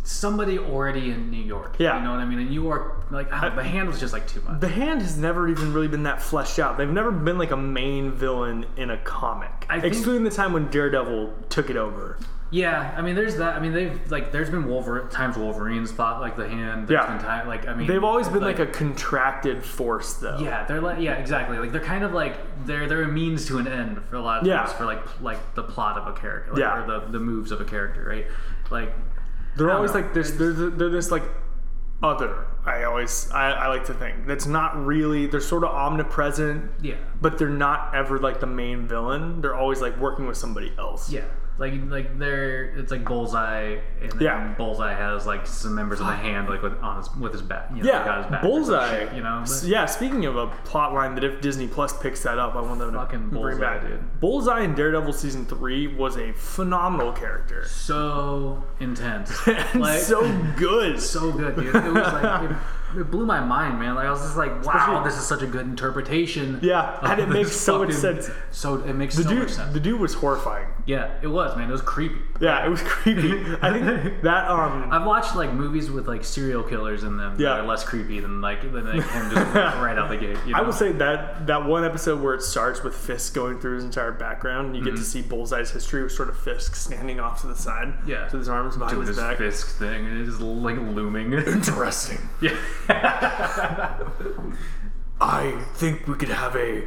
Speaker 3: somebody already in New York.
Speaker 2: Yeah.
Speaker 3: You know what I mean? And you are like ah, the hand was just like too much.
Speaker 2: the hand has never even really been that fleshed out. They've never been like a main villain in a comic,
Speaker 3: I think-
Speaker 2: excluding the time when Daredevil took it over.
Speaker 3: Yeah, I mean, there's that. I mean, they've like there's been Wolver times Wolverine's fought like the hand. There's
Speaker 2: Yeah.
Speaker 3: Been time, like I mean,
Speaker 2: They've always been like, a contracted force, though.
Speaker 3: Yeah, they're like yeah, exactly. Like they're kind of like they're they're a means to an end for a lot of
Speaker 2: Yeah.
Speaker 3: things for like like the plot of a character, like,
Speaker 2: Yeah.
Speaker 3: or the the moves of a character, right? Like
Speaker 2: they're
Speaker 3: don't
Speaker 2: always
Speaker 3: know.
Speaker 2: like this. They're, they're this like other. I always I, I like to think that's not really. They're sort of omnipresent,
Speaker 3: yeah,
Speaker 2: but they're not ever like the main villain. They're always like working with somebody else.
Speaker 3: yeah. Like like they're it's like Bullseye and then
Speaker 2: Yeah.
Speaker 3: Bullseye has like some members of the hand like with on his with his back. You know,
Speaker 2: Yeah,
Speaker 3: like, on his back or some
Speaker 2: Bullseye.
Speaker 3: shit, you know, but-
Speaker 2: S- yeah. Speaking of a plot line that if Disney Plus picks that up, I want them to
Speaker 3: Fucking
Speaker 2: bring
Speaker 3: Bullseye,
Speaker 2: back.
Speaker 3: dude.
Speaker 2: Bullseye in Daredevil season three was a phenomenal character.
Speaker 3: so intense.
Speaker 2: And so good.
Speaker 3: so good, dude. It was like it, it blew my mind, man. Like I was just like, wow,
Speaker 2: Especially-
Speaker 3: this is such a good interpretation.
Speaker 2: Yeah,
Speaker 3: of
Speaker 2: and it
Speaker 3: this
Speaker 2: makes so much
Speaker 3: fucking-
Speaker 2: sense.
Speaker 3: So it makes
Speaker 2: the
Speaker 3: so
Speaker 2: dude,
Speaker 3: much sense.
Speaker 2: the dude was horrifying.
Speaker 3: yeah, it was, man. It was creepy.
Speaker 2: Yeah, it was creepy. I think that um,
Speaker 3: I've watched like movies with like serial killers in them
Speaker 2: Yeah.
Speaker 3: that are less creepy than like than like, him just right out the gate. You know?
Speaker 2: I will say that that one episode where it starts with Fisk going through his entire background, you get
Speaker 3: Mm-hmm.
Speaker 2: to see Bullseye's history with sort of Fisk standing off to the side,
Speaker 3: Yeah.
Speaker 2: with his arms behind
Speaker 3: doing
Speaker 2: his
Speaker 3: this
Speaker 2: back.
Speaker 3: Fisk thing. It is like looming.
Speaker 2: Interesting.
Speaker 3: yeah.
Speaker 2: I think we could have a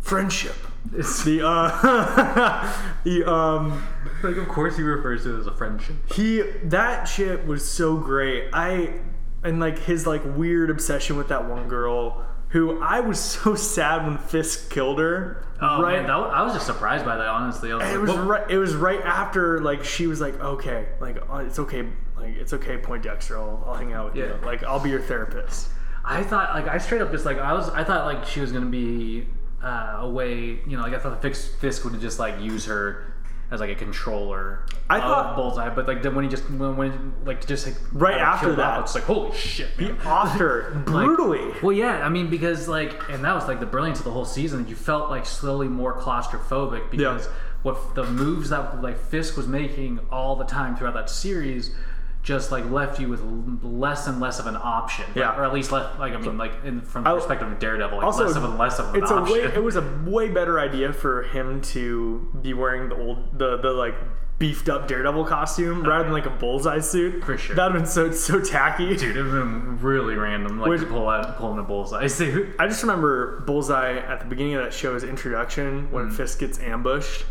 Speaker 2: friendship.
Speaker 3: It's-
Speaker 2: The uh, the um,
Speaker 3: like of course he refers to it as a friendship.
Speaker 2: he that shit was so great. I and like his like weird obsession with that one girl who I was so sad when Fisk killed her.
Speaker 3: Oh
Speaker 2: right
Speaker 3: man, that, I was just surprised by that. Honestly, I was
Speaker 2: it
Speaker 3: like,
Speaker 2: was
Speaker 3: "Whoa."
Speaker 2: right. It was right after like she was like, okay, like uh, it's okay, like it's okay, Point Dexter. I'll, I'll hang out with you.
Speaker 3: Yeah.
Speaker 2: Like I'll be your therapist.
Speaker 3: I thought like I straight up just like I was I thought like she was gonna be uh, away you know like I thought the fix, Fisk would just like use her as like a controller.
Speaker 2: I
Speaker 3: of
Speaker 2: thought-
Speaker 3: bullseye, but like then when he just when, when like just like
Speaker 2: Right
Speaker 3: got
Speaker 2: after
Speaker 3: killed
Speaker 2: that.
Speaker 3: off, it's like holy shit.
Speaker 2: He
Speaker 3: Man.
Speaker 2: offed her brutally.
Speaker 3: Well, yeah, I mean because like and that was like the brilliance of the whole season. You felt like slowly more claustrophobic because
Speaker 2: Yeah.
Speaker 3: what the moves that like Fisk was making all the time throughout that series just like left you with l- less and less of an option. Like,
Speaker 2: Yeah.
Speaker 3: or at least left like I mean like in, from the
Speaker 2: I-
Speaker 3: perspective of Daredevil, like
Speaker 2: also,
Speaker 3: less of and less of an
Speaker 2: it's a way.
Speaker 3: option.
Speaker 2: It was a way better idea for him to be wearing the old, the the like beefed up Daredevil costume rather than like a bullseye suit.
Speaker 3: For sure.
Speaker 2: that'd been so so tacky.
Speaker 3: Dude, it would have been really random, like
Speaker 2: Which-
Speaker 3: to pull out pulling a bullseye suit.
Speaker 2: I just remember Bullseye at the beginning of that show's introduction
Speaker 3: Mm-hmm.
Speaker 2: when Fisk gets ambushed,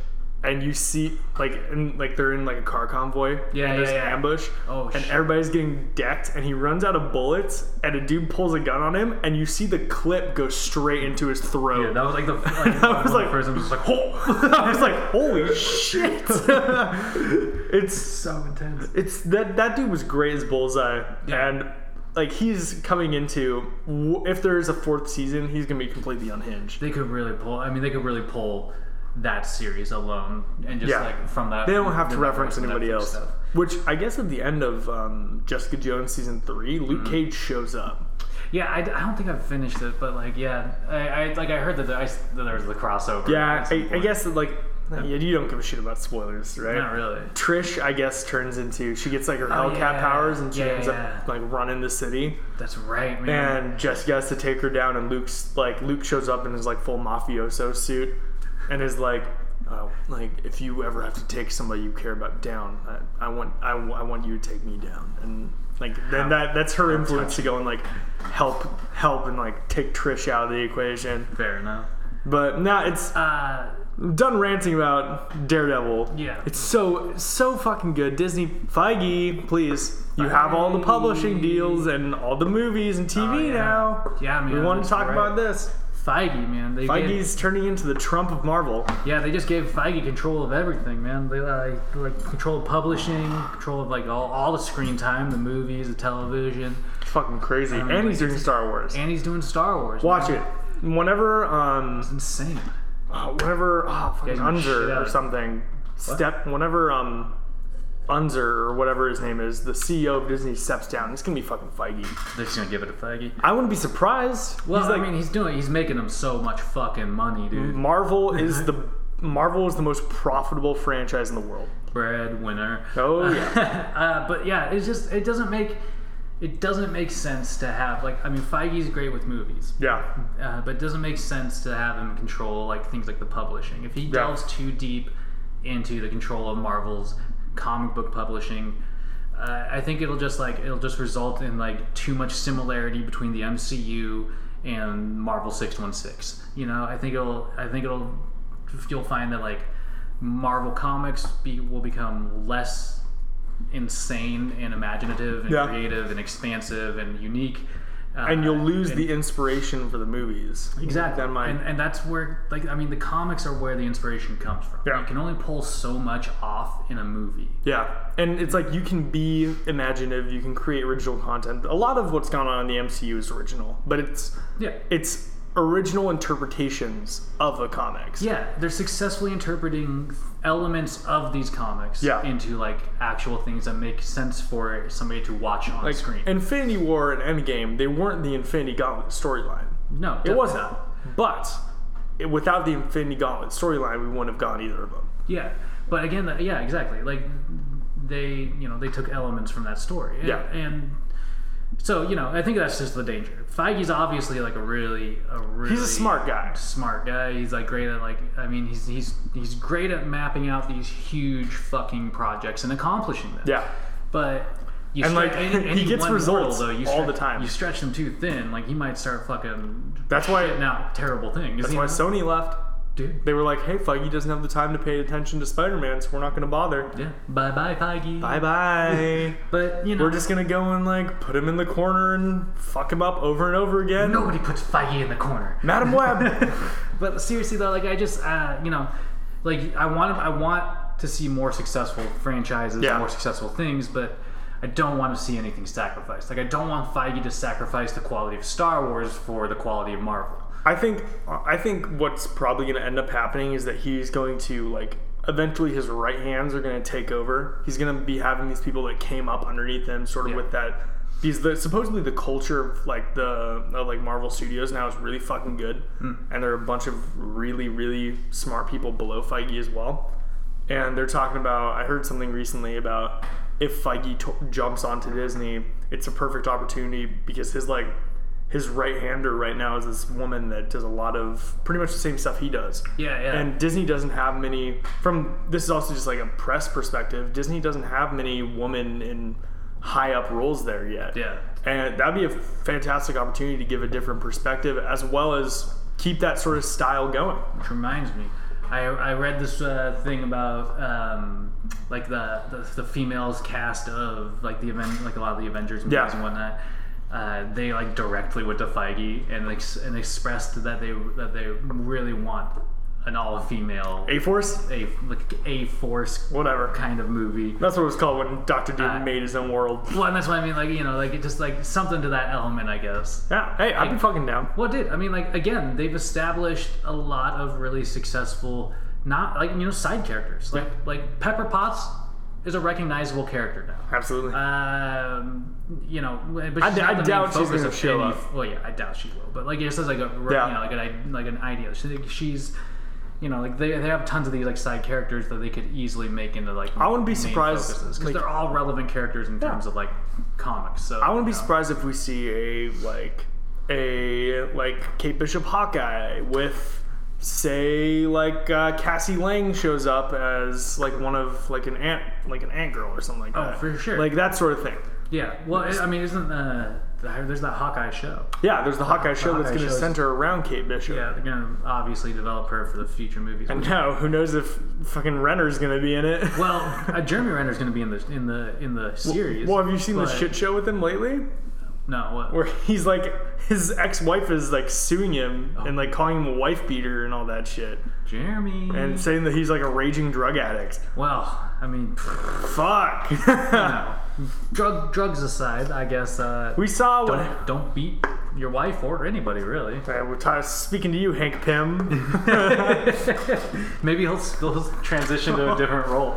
Speaker 2: and you see like and like they're in like a car convoy.
Speaker 3: Yeah,
Speaker 2: and there's
Speaker 3: yeah,
Speaker 2: an
Speaker 3: yeah.
Speaker 2: ambush.
Speaker 3: Oh,
Speaker 2: and
Speaker 3: shit.
Speaker 2: everybody's getting decked, and he runs out of bullets, and a dude pulls a gun on him, and you see the clip go straight into his throat.
Speaker 3: Yeah, that was like the like,
Speaker 2: I was
Speaker 3: one of the
Speaker 2: like-
Speaker 3: first, I'm just like, oh,
Speaker 2: I was like, holy shit! it's
Speaker 3: so intense.
Speaker 2: it's that that dude was great as Bullseye, and like he's coming into w- if there is a fourth season, he's gonna be completely unhinged.
Speaker 3: They could really pull. I mean, they could really pull that series alone, and just
Speaker 2: Yeah.
Speaker 3: like from that,
Speaker 2: They don't have to
Speaker 3: the
Speaker 2: reference
Speaker 3: Netflix
Speaker 2: anybody else.
Speaker 3: stuff.
Speaker 2: Which I guess at the end of um, Jessica Jones season three, Luke
Speaker 3: Mm-hmm.
Speaker 2: Cage shows up.
Speaker 3: Yeah, I, I don't think I've finished it, but like, yeah, I, I like I heard that there, I, s- that there was the crossover.
Speaker 2: Yeah,
Speaker 3: at some
Speaker 2: I, I
Speaker 3: point.
Speaker 2: guess that, like yeah, you don't give a shit about spoilers, right?
Speaker 3: not really. Oh,
Speaker 2: Trish, I guess, turns into she gets like her Hellcat
Speaker 3: yeah.
Speaker 2: powers and she
Speaker 3: Yeah,
Speaker 2: ends
Speaker 3: yeah.
Speaker 2: up like running the city.
Speaker 3: That's right, man.
Speaker 2: And Jessica has to take her down, and Luke's like Luke shows up in his like full mafioso suit, and is like, oh, like if you ever have to take somebody you care about down, I, I want I, I want you to take me down, and like then that that's her influence to go and like help help and like take Trish out of the equation.
Speaker 3: Fair enough.
Speaker 2: But now it's
Speaker 3: Uh,
Speaker 2: I'm done ranting about Daredevil.
Speaker 3: Yeah.
Speaker 2: it's so so fucking good. Disney Feige, please. You have all the publishing deals and all the movies and TV
Speaker 3: Oh, yeah.
Speaker 2: now.
Speaker 3: yeah, man.
Speaker 2: We want to
Speaker 3: that's
Speaker 2: talk
Speaker 3: right.
Speaker 2: about this.
Speaker 3: Feige, man. They
Speaker 2: Feige's turning into the Trump of Marvel.
Speaker 3: Gave, yeah, they just gave Feige control of everything, man. They like, like control of publishing, control of like all, all the screen time, the movies, the television,
Speaker 2: It's fucking crazy.
Speaker 3: Um,
Speaker 2: and he's doing Star Wars.
Speaker 3: and he's doing Star Wars.
Speaker 2: Watch
Speaker 3: man.
Speaker 2: it. Whenever um
Speaker 3: Insane.
Speaker 2: uh, whenever oh, fucking
Speaker 3: Getting the shit
Speaker 2: Unzer
Speaker 3: out
Speaker 2: or
Speaker 3: of-
Speaker 2: something step whenever um Unzer or whatever his name is, the CEO of Disney steps down, it's gonna be fucking Feige.
Speaker 3: They're just gonna give it to Feige.
Speaker 2: I wouldn't be surprised.
Speaker 3: Well,
Speaker 2: he's like
Speaker 3: I mean, he's doing. He's making them so much fucking money, dude.
Speaker 2: Marvel is the Marvel is the most profitable franchise in the world.
Speaker 3: Mm-hmm. breadwinner.
Speaker 2: Oh,
Speaker 3: yeah. uh, but yeah, it's just it doesn't make it doesn't make sense to have like I mean Feige's great with movies,
Speaker 2: Yeah.
Speaker 3: uh, but it doesn't make sense to have him control like things like the publishing. If he delves too deep into the control of Marvel's comic book publishing. Uh, I think it'll just like it'll just result in like too much similarity between the MCU and Marvel six one six. You know, I think it'll I think it'll you'll find that like Marvel comics be, will become less insane and imaginative and
Speaker 2: Yeah.
Speaker 3: creative and expansive and unique. Uh,
Speaker 2: And you'll lose the inspiration for the movies.
Speaker 3: exactly,
Speaker 2: That might-
Speaker 3: and, and that's where like I mean the comics are where the inspiration comes from.
Speaker 2: Yeah.
Speaker 3: You can only pull so much off in a movie.
Speaker 2: Yeah, and it's like you can be imaginative, you can create original content. A lot of what's gone on in the MCU is original, but it's
Speaker 3: Yeah,
Speaker 2: it's original interpretations of the comics.
Speaker 3: yeah, they're successfully interpreting elements of these comics
Speaker 2: Yeah.
Speaker 3: into like actual things that make sense for somebody to watch on
Speaker 2: Like
Speaker 3: screen.
Speaker 2: Infinity War and Endgame, they weren't the Infinity Gauntlet storyline.
Speaker 3: no,
Speaker 2: It
Speaker 3: definitely
Speaker 2: wasn't.
Speaker 3: not.
Speaker 2: But it, without the Infinity Gauntlet storyline, we wouldn't have gotten either of them.
Speaker 3: Yeah, but again, that, yeah, exactly. Like they, you know, they took elements from that story. And,
Speaker 2: Yeah.
Speaker 3: and so you know, I think that's just the danger. Feige's obviously like a really, a really
Speaker 2: He's a smart guy.
Speaker 3: smart guy. He's like great at like, I mean, he's he's he's great at mapping out these huge fucking projects and accomplishing them.
Speaker 2: Yeah.
Speaker 3: but. You
Speaker 2: And,
Speaker 3: stretch-
Speaker 2: like,
Speaker 3: any-
Speaker 2: he
Speaker 3: any
Speaker 2: gets
Speaker 3: one
Speaker 2: results
Speaker 3: role, though, you
Speaker 2: all
Speaker 3: stretch-
Speaker 2: the time.
Speaker 3: You stretch him too thin, like he might start fucking
Speaker 2: That's why-
Speaker 3: shitting out terrible things.
Speaker 2: That's
Speaker 3: you
Speaker 2: why
Speaker 3: know?
Speaker 2: Sony left.
Speaker 3: dude.
Speaker 2: They were like, hey, Feige doesn't have the time to pay attention to Spider Man, so we're not going to bother.
Speaker 3: Yeah, bye bye Feige.
Speaker 2: Bye bye.
Speaker 3: But you know,
Speaker 2: We're just gonna go and like put him in the corner and fuck him up over and over again.
Speaker 3: Nobody puts Feige in the corner.
Speaker 2: Madam Web.
Speaker 3: But seriously though, like I just uh, you know, like I want I want to see more successful franchises,
Speaker 2: Yeah.
Speaker 3: more successful things, but I don't want to see anything sacrificed. Like I don't want Feige to sacrifice the quality of Star Wars for the quality of Marvel.
Speaker 2: I think I think what's probably gonna end up happening is that he's going to like eventually his right hands are gonna take over. He's gonna be having these people that came up underneath him, sort of
Speaker 3: Yeah.
Speaker 2: with that. Because the, supposedly the culture of like the of like Marvel Studios now is really fucking good, and there are a bunch of really really smart people below Feige as well. and they're talking about i heard something recently about if feige t- jumps onto disney it's a perfect opportunity because his like his right hander right now is this woman that does a lot of pretty much the same stuff he does
Speaker 3: Yeah, yeah.
Speaker 2: and disney doesn't have many from this is also just like a press perspective disney doesn't have many women in high up roles there yet
Speaker 3: yeah.
Speaker 2: and that'd be a fantastic opportunity to give a different perspective as well as keep that sort of style going
Speaker 3: Which reminds me, I, I read this uh, thing about um, like the, the the females cast of like the event like a lot of the Avengers movies
Speaker 2: Yeah.
Speaker 3: and whatnot. Uh, they like directly went to Feige and like s- and expressed that they that they really want an all female
Speaker 2: a force
Speaker 3: a like a force
Speaker 2: whatever
Speaker 3: kind of movie.
Speaker 2: That's what it was called when Doctor Doom
Speaker 3: Uh,
Speaker 2: made his own world.
Speaker 3: Well, and that's what I mean. Like you know, like it just like something to that element, I guess.
Speaker 2: Yeah, hey, I'd be fucking down.
Speaker 3: Well, it did. I mean, like again, they've established a lot of really successful, not like you know, side characters. Like like Pepper Potts is a recognizable character now.
Speaker 2: Absolutely.
Speaker 3: Uh, Um, you know, but she's
Speaker 2: I d-
Speaker 3: not
Speaker 2: I
Speaker 3: the
Speaker 2: doubt
Speaker 3: main
Speaker 2: she's
Speaker 3: focus
Speaker 2: gonna
Speaker 3: of
Speaker 2: show
Speaker 3: any-
Speaker 2: up.
Speaker 3: Well, yeah, I doubt she will. But like it says, like a
Speaker 2: Yeah.
Speaker 3: you know, like an i- like an idea. She, like, she's, you know, like they, they have tons of these like side characters that they could easily make into like.
Speaker 2: I wouldn't be surprised,
Speaker 3: because
Speaker 2: like-
Speaker 3: they're all relevant characters in terms of like comics. So
Speaker 2: I wouldn't be
Speaker 3: you know.
Speaker 2: surprised if we see a like a like Kate Bishop Hawkeye with say like uh, Cassie Lang shows up as like one of like an ant like an ant girl or something like that.
Speaker 3: Oh, for sure.
Speaker 2: Like that sort of thing.
Speaker 3: Yeah. Well, I mean, isn't uh, there's that Hawkeye show?
Speaker 2: Yeah, there's the Hawkeye show that's
Speaker 3: Uh, Hawkeye
Speaker 2: going to
Speaker 3: show's-
Speaker 2: center around Kate Bishop.
Speaker 3: Yeah, they're gonna obviously develop her for the future movies.
Speaker 2: And now who knows if fucking Renner's going to be in it?
Speaker 3: well, uh, Jeremy Renner's gonna be in the in the in the series.
Speaker 2: well, have you seen the
Speaker 3: but-
Speaker 2: shit show with him lately?
Speaker 3: No, what?
Speaker 2: where he's like his ex-wife is like suing him and like calling him a wife beater and all that shit
Speaker 3: Jeremy.
Speaker 2: and saying that he's like a raging drug addict
Speaker 3: well, I mean,
Speaker 2: fuck
Speaker 3: no. drug drugs aside, I guess uh,
Speaker 2: we saw what
Speaker 3: don't, don't beat your wife or anybody really.
Speaker 2: Hey, we're t- speaking to you hank pym
Speaker 3: Maybe he'll, he'll transition to a different role.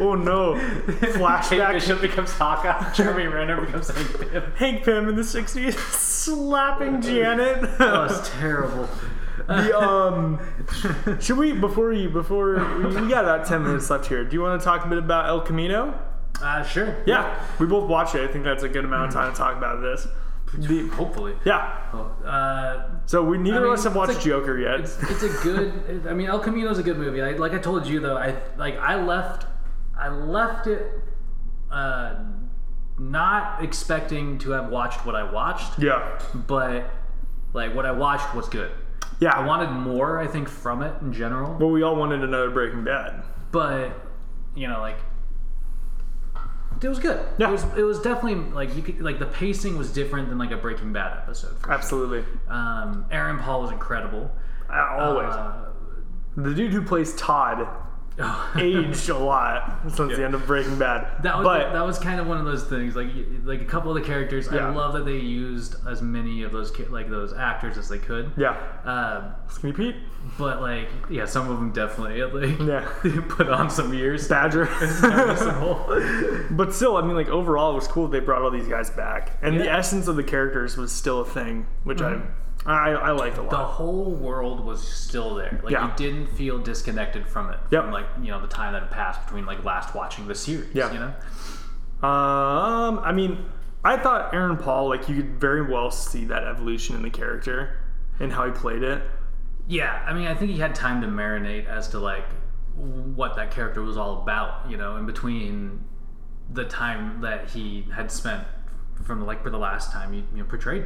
Speaker 2: oh no
Speaker 3: Kate
Speaker 2: flashback
Speaker 3: Bishop becomes Hawkeye. Jeremy Renner becomes Hank Pym.
Speaker 2: hank pym in the 60s slapping janet
Speaker 3: That was terrible.
Speaker 2: the, um, should we before we before we, we got about 10 minutes left here do you want to talk a bit about el camino
Speaker 3: Uh, sure.
Speaker 2: Yeah, we both watched it. I think that's a good amount of time to talk about this. The-
Speaker 3: Hopefully.
Speaker 2: yeah,
Speaker 3: Uh,
Speaker 2: so we neither
Speaker 3: mean,
Speaker 2: of us have
Speaker 3: it's
Speaker 2: watched
Speaker 3: like-
Speaker 2: Joker yet.
Speaker 3: it's, it's a good. I mean, El Camino's a good movie. I, like I told you though, I like I left, I left it, uh, not expecting to have watched what I watched,
Speaker 2: yeah,
Speaker 3: but like what I watched was good.
Speaker 2: yeah.
Speaker 3: I wanted more, I think, from it in general.
Speaker 2: well, we all wanted another Breaking Bad.
Speaker 3: but you know like it was good
Speaker 2: Yeah.
Speaker 3: it was it was definitely like you could like the pacing was different than like a breaking bad episode for
Speaker 2: Absolutely,
Speaker 3: sure. um aaron paul was incredible
Speaker 2: Uh, always.
Speaker 3: Uh,
Speaker 2: the dude who plays Todd aged a lot since the end of Breaking Bad.
Speaker 3: that was
Speaker 2: but
Speaker 3: that was kind of one of those things like you- like a couple of the characters
Speaker 2: Yeah.
Speaker 3: i love that they used as many of those ca- like those actors as they could
Speaker 2: yeah,
Speaker 3: Um,
Speaker 2: Skinny Pete,
Speaker 3: but like yeah some of them definitely like
Speaker 2: Yeah.
Speaker 3: they put on some years
Speaker 2: Badger.
Speaker 3: noticeable.
Speaker 2: but still, I mean, like overall, it was cool they brought all these guys back, and the
Speaker 3: Yeah. Mm-hmm.
Speaker 2: essence of the characters was still a thing, which I, I I liked a lot.
Speaker 3: the whole world was still there. Like
Speaker 2: Yeah.
Speaker 3: you didn't feel disconnected from it.
Speaker 2: Yep.
Speaker 3: From like you know the time that had passed between like last watching the series.
Speaker 2: Yeah.
Speaker 3: You know.
Speaker 2: Um, I mean, I thought Aaron Paul, like, you could very well see that evolution in the character and how he played it.
Speaker 3: Yeah. I mean, I think he had time to marinate as to like what that character was all about. You know, in between the time that he had spent from like for the last time you, you know, portrayed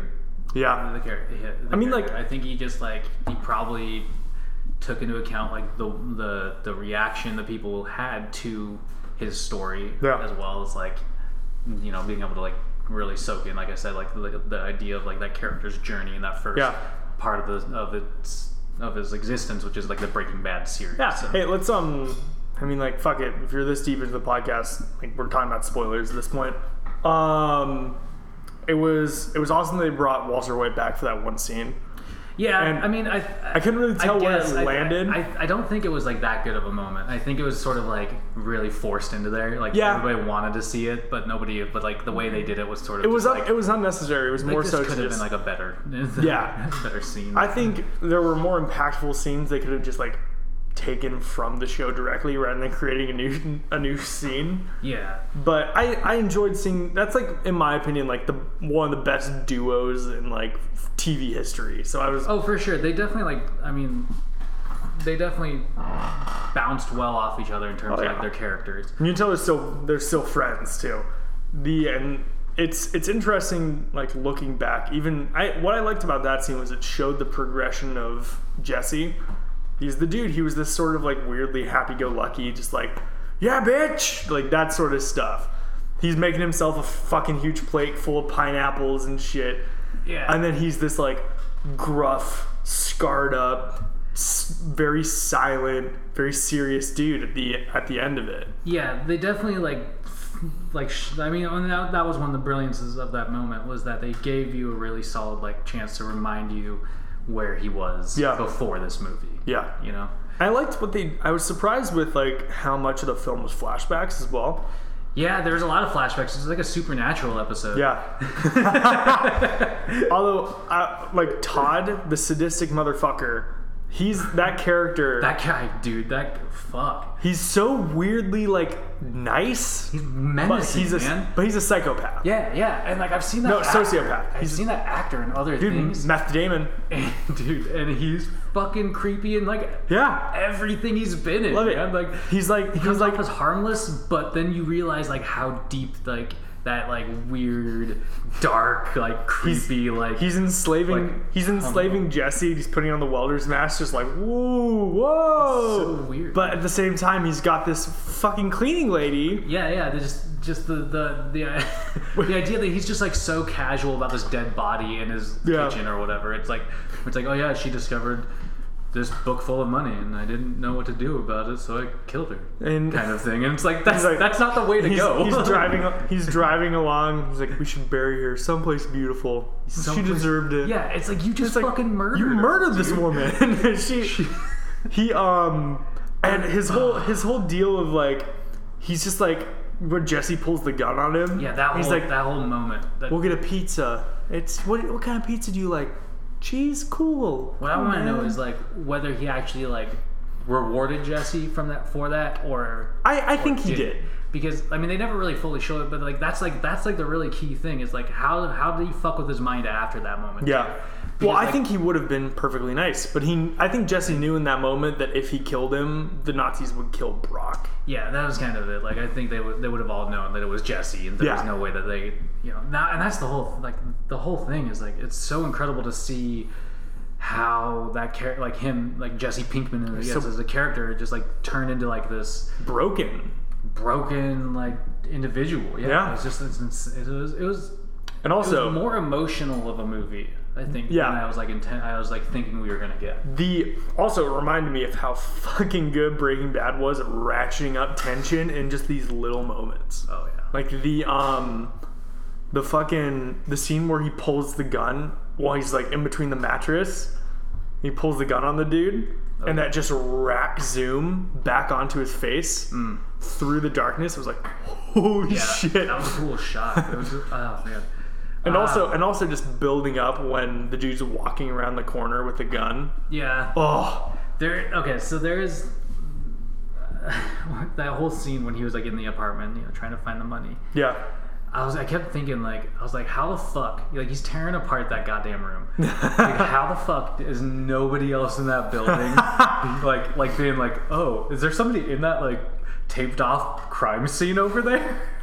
Speaker 2: Yeah.
Speaker 3: the character.
Speaker 2: I mean, like-
Speaker 3: I think he just like he probably took into account like the the the reaction that people had to his story,
Speaker 2: Yeah.
Speaker 3: as well as like you know being able to like really soak in, like I said, like the, the idea of like that character's journey in that first
Speaker 2: Yeah.
Speaker 3: part of the of its of his existence, which is like the Breaking Bad series.
Speaker 2: Yeah.
Speaker 3: So-
Speaker 2: Hey, let's, um, I mean, like, fuck it. If you're this deep into the podcast, like, we're talking about spoilers at this point. Um, it was, it was awesome they brought Walter White back for that one scene.
Speaker 3: Yeah,
Speaker 2: And
Speaker 3: I mean, I
Speaker 2: I couldn't really tell where it
Speaker 3: guess- I-
Speaker 2: landed.
Speaker 3: I, I, don't think it was like that good of a moment. I think it was sort of like really forced into there. Like
Speaker 2: Yeah.
Speaker 3: everybody wanted to see it, but nobody. But like the way they did it was sort of.
Speaker 2: It was,
Speaker 3: just, like,
Speaker 2: un- it was unnecessary. It was
Speaker 3: like,
Speaker 2: more
Speaker 3: this
Speaker 2: so
Speaker 3: could
Speaker 2: to
Speaker 3: have
Speaker 2: just,
Speaker 3: been like a better,
Speaker 2: Yeah.
Speaker 3: better scene.
Speaker 2: I think there were more impactful scenes they could have just, like, taken from the show directly rather than creating a new, a new scene.
Speaker 3: yeah,
Speaker 2: But I, I enjoyed seeing that's like in my opinion like the one of the best duos in like TV history. So I was
Speaker 3: Oh, for sure. They definitely like. I mean, they definitely bounced well off each other in terms
Speaker 2: Oh,
Speaker 3: of
Speaker 2: yeah.
Speaker 3: like their characters.
Speaker 2: you can tell they're still they're still friends too. The and it's it's interesting like looking back. Even I what I liked about that scene was it showed the progression of Jesse. He's the dude. He was this sort of like weirdly happy-go-lucky, just like yeah, bitch, like that sort of stuff. He's making himself a fucking huge plate full of pineapples and shit.
Speaker 3: Yeah.
Speaker 2: And then he's this like gruff, scarred up, s- very silent, very serious dude at the at the end of it.
Speaker 3: Yeah, they definitely like, like sh- I mean, and that, that was one of the brilliances of that moment was that they gave you a really solid like chance to remind you where he was
Speaker 2: Yeah.
Speaker 3: before this movie.
Speaker 2: Yeah,
Speaker 3: You know.
Speaker 2: I liked what they. I was surprised with like how much of the film was flashbacks as well.
Speaker 3: Yeah, there's a lot of flashbacks. It's like a supernatural episode.
Speaker 2: Yeah. Although, I, like Todd, the sadistic motherfucker, he's that character.
Speaker 3: That guy, dude. That fuck.
Speaker 2: he's so weirdly like nice,
Speaker 3: He's
Speaker 2: but
Speaker 3: menacing,
Speaker 2: he's a
Speaker 3: man.
Speaker 2: but he's a psychopath.
Speaker 3: Yeah, yeah, and like I've seen that.
Speaker 2: No,
Speaker 3: actor.
Speaker 2: sociopath.
Speaker 3: I've
Speaker 2: He's-
Speaker 3: seen that actor in other
Speaker 2: Dude,
Speaker 3: things,
Speaker 2: Meth Damon.
Speaker 3: and, dude, and he's fucking creepy and like
Speaker 2: Yeah.
Speaker 3: everything he's been in.
Speaker 2: Love it.
Speaker 3: man. Like
Speaker 2: He's like he was
Speaker 3: comes
Speaker 2: like
Speaker 3: off as harmless, but then you realize like how deep like that like weird, dark, like creepy, like
Speaker 2: he's enslaving
Speaker 3: Like,
Speaker 2: he's enslaving Jesse. He's putting on the welder's mask, just like whoa, whoa.
Speaker 3: so weird.
Speaker 2: But at the same time, he's got this fucking cleaning lady.
Speaker 3: yeah, yeah. They just just the the the, the idea that he's just like so casual about this dead body in his
Speaker 2: Yeah.
Speaker 3: kitchen or whatever. It's like it's like oh yeah, she discovered this book full of money and I didn't know what to do about it, so I killed her.
Speaker 2: And
Speaker 3: Kind of thing, and it's like that's
Speaker 2: He's like-
Speaker 3: that's not the way to
Speaker 2: he's,
Speaker 3: go.
Speaker 2: he's driving. He's driving along. He's like, we should bury her someplace beautiful.
Speaker 3: Someplace-
Speaker 2: she deserved it.
Speaker 3: Yeah, it's like you just
Speaker 2: It's like,
Speaker 3: fucking murdered.
Speaker 2: You
Speaker 3: her,
Speaker 2: murdered this
Speaker 3: dude.
Speaker 2: woman. she, he, um, and his whole his whole deal of like, he's just like when Jesse pulls the gun on him.
Speaker 3: Yeah, that
Speaker 2: he's
Speaker 3: whole
Speaker 2: like,
Speaker 3: that whole moment. That,
Speaker 2: we'll get a pizza. It's what? What kind of pizza do you like? Cheese, cool.
Speaker 3: What I
Speaker 2: Cool,
Speaker 3: want to know
Speaker 2: man."
Speaker 3: is like whether he actually like rewarded Jesse from that for that or
Speaker 2: I I think he did.
Speaker 3: because I mean they never really fully show it, but like that's like that's like the really key thing is like how how did he fuck with his mind after that moment?
Speaker 2: Yeah. Well,
Speaker 3: Because,
Speaker 2: I
Speaker 3: like-
Speaker 2: think he would have been perfectly nice, but he I think Jesse knew in that moment that if he killed him, the Nazis would kill Brock.
Speaker 3: yeah, that was kind of it. Like I think they would they would have all known that it was Jesse, and there was
Speaker 2: Yeah.
Speaker 3: no way that they you know now and that's the whole like the whole thing is like it's so incredible to see how that character like him like Jesse Pinkman as,
Speaker 2: So-
Speaker 3: as a character just like turned into like this
Speaker 2: Broken.
Speaker 3: broken like individual. Yeah,
Speaker 2: Yeah.
Speaker 3: it was just it's, ins- it was it was,
Speaker 2: And
Speaker 3: it was
Speaker 2: also
Speaker 3: more emotional of a movie. I think.
Speaker 2: Yeah. Mm.
Speaker 3: than I was like intent. I was like thinking we were gonna get.
Speaker 2: the also it reminded me of how fucking good Breaking Bad was at ratcheting up tension in just these little moments.
Speaker 3: Oh yeah.
Speaker 2: Like the um the fucking the scene where he pulls the gun while he's like in between the mattress. He pulls the gun on the dude and that just rack zoom back onto his face through the darkness. It was like holy
Speaker 3: Mm. Yeah,
Speaker 2: shit.
Speaker 3: That was a cool shot. It was oh man.
Speaker 2: and also and also just building up when the dude's walking around the corner with the gun.
Speaker 3: Yeah.
Speaker 2: Oh,
Speaker 3: There. Okay. So there is that whole scene when he was like in the apartment, you know, trying to find the money.
Speaker 2: yeah.
Speaker 3: I was. I kept thinking like I was like, how the fuck? Like he's tearing apart that goddamn room. like, how the fuck is nobody else in that building like like being like oh is there somebody in that like taped off crime scene over there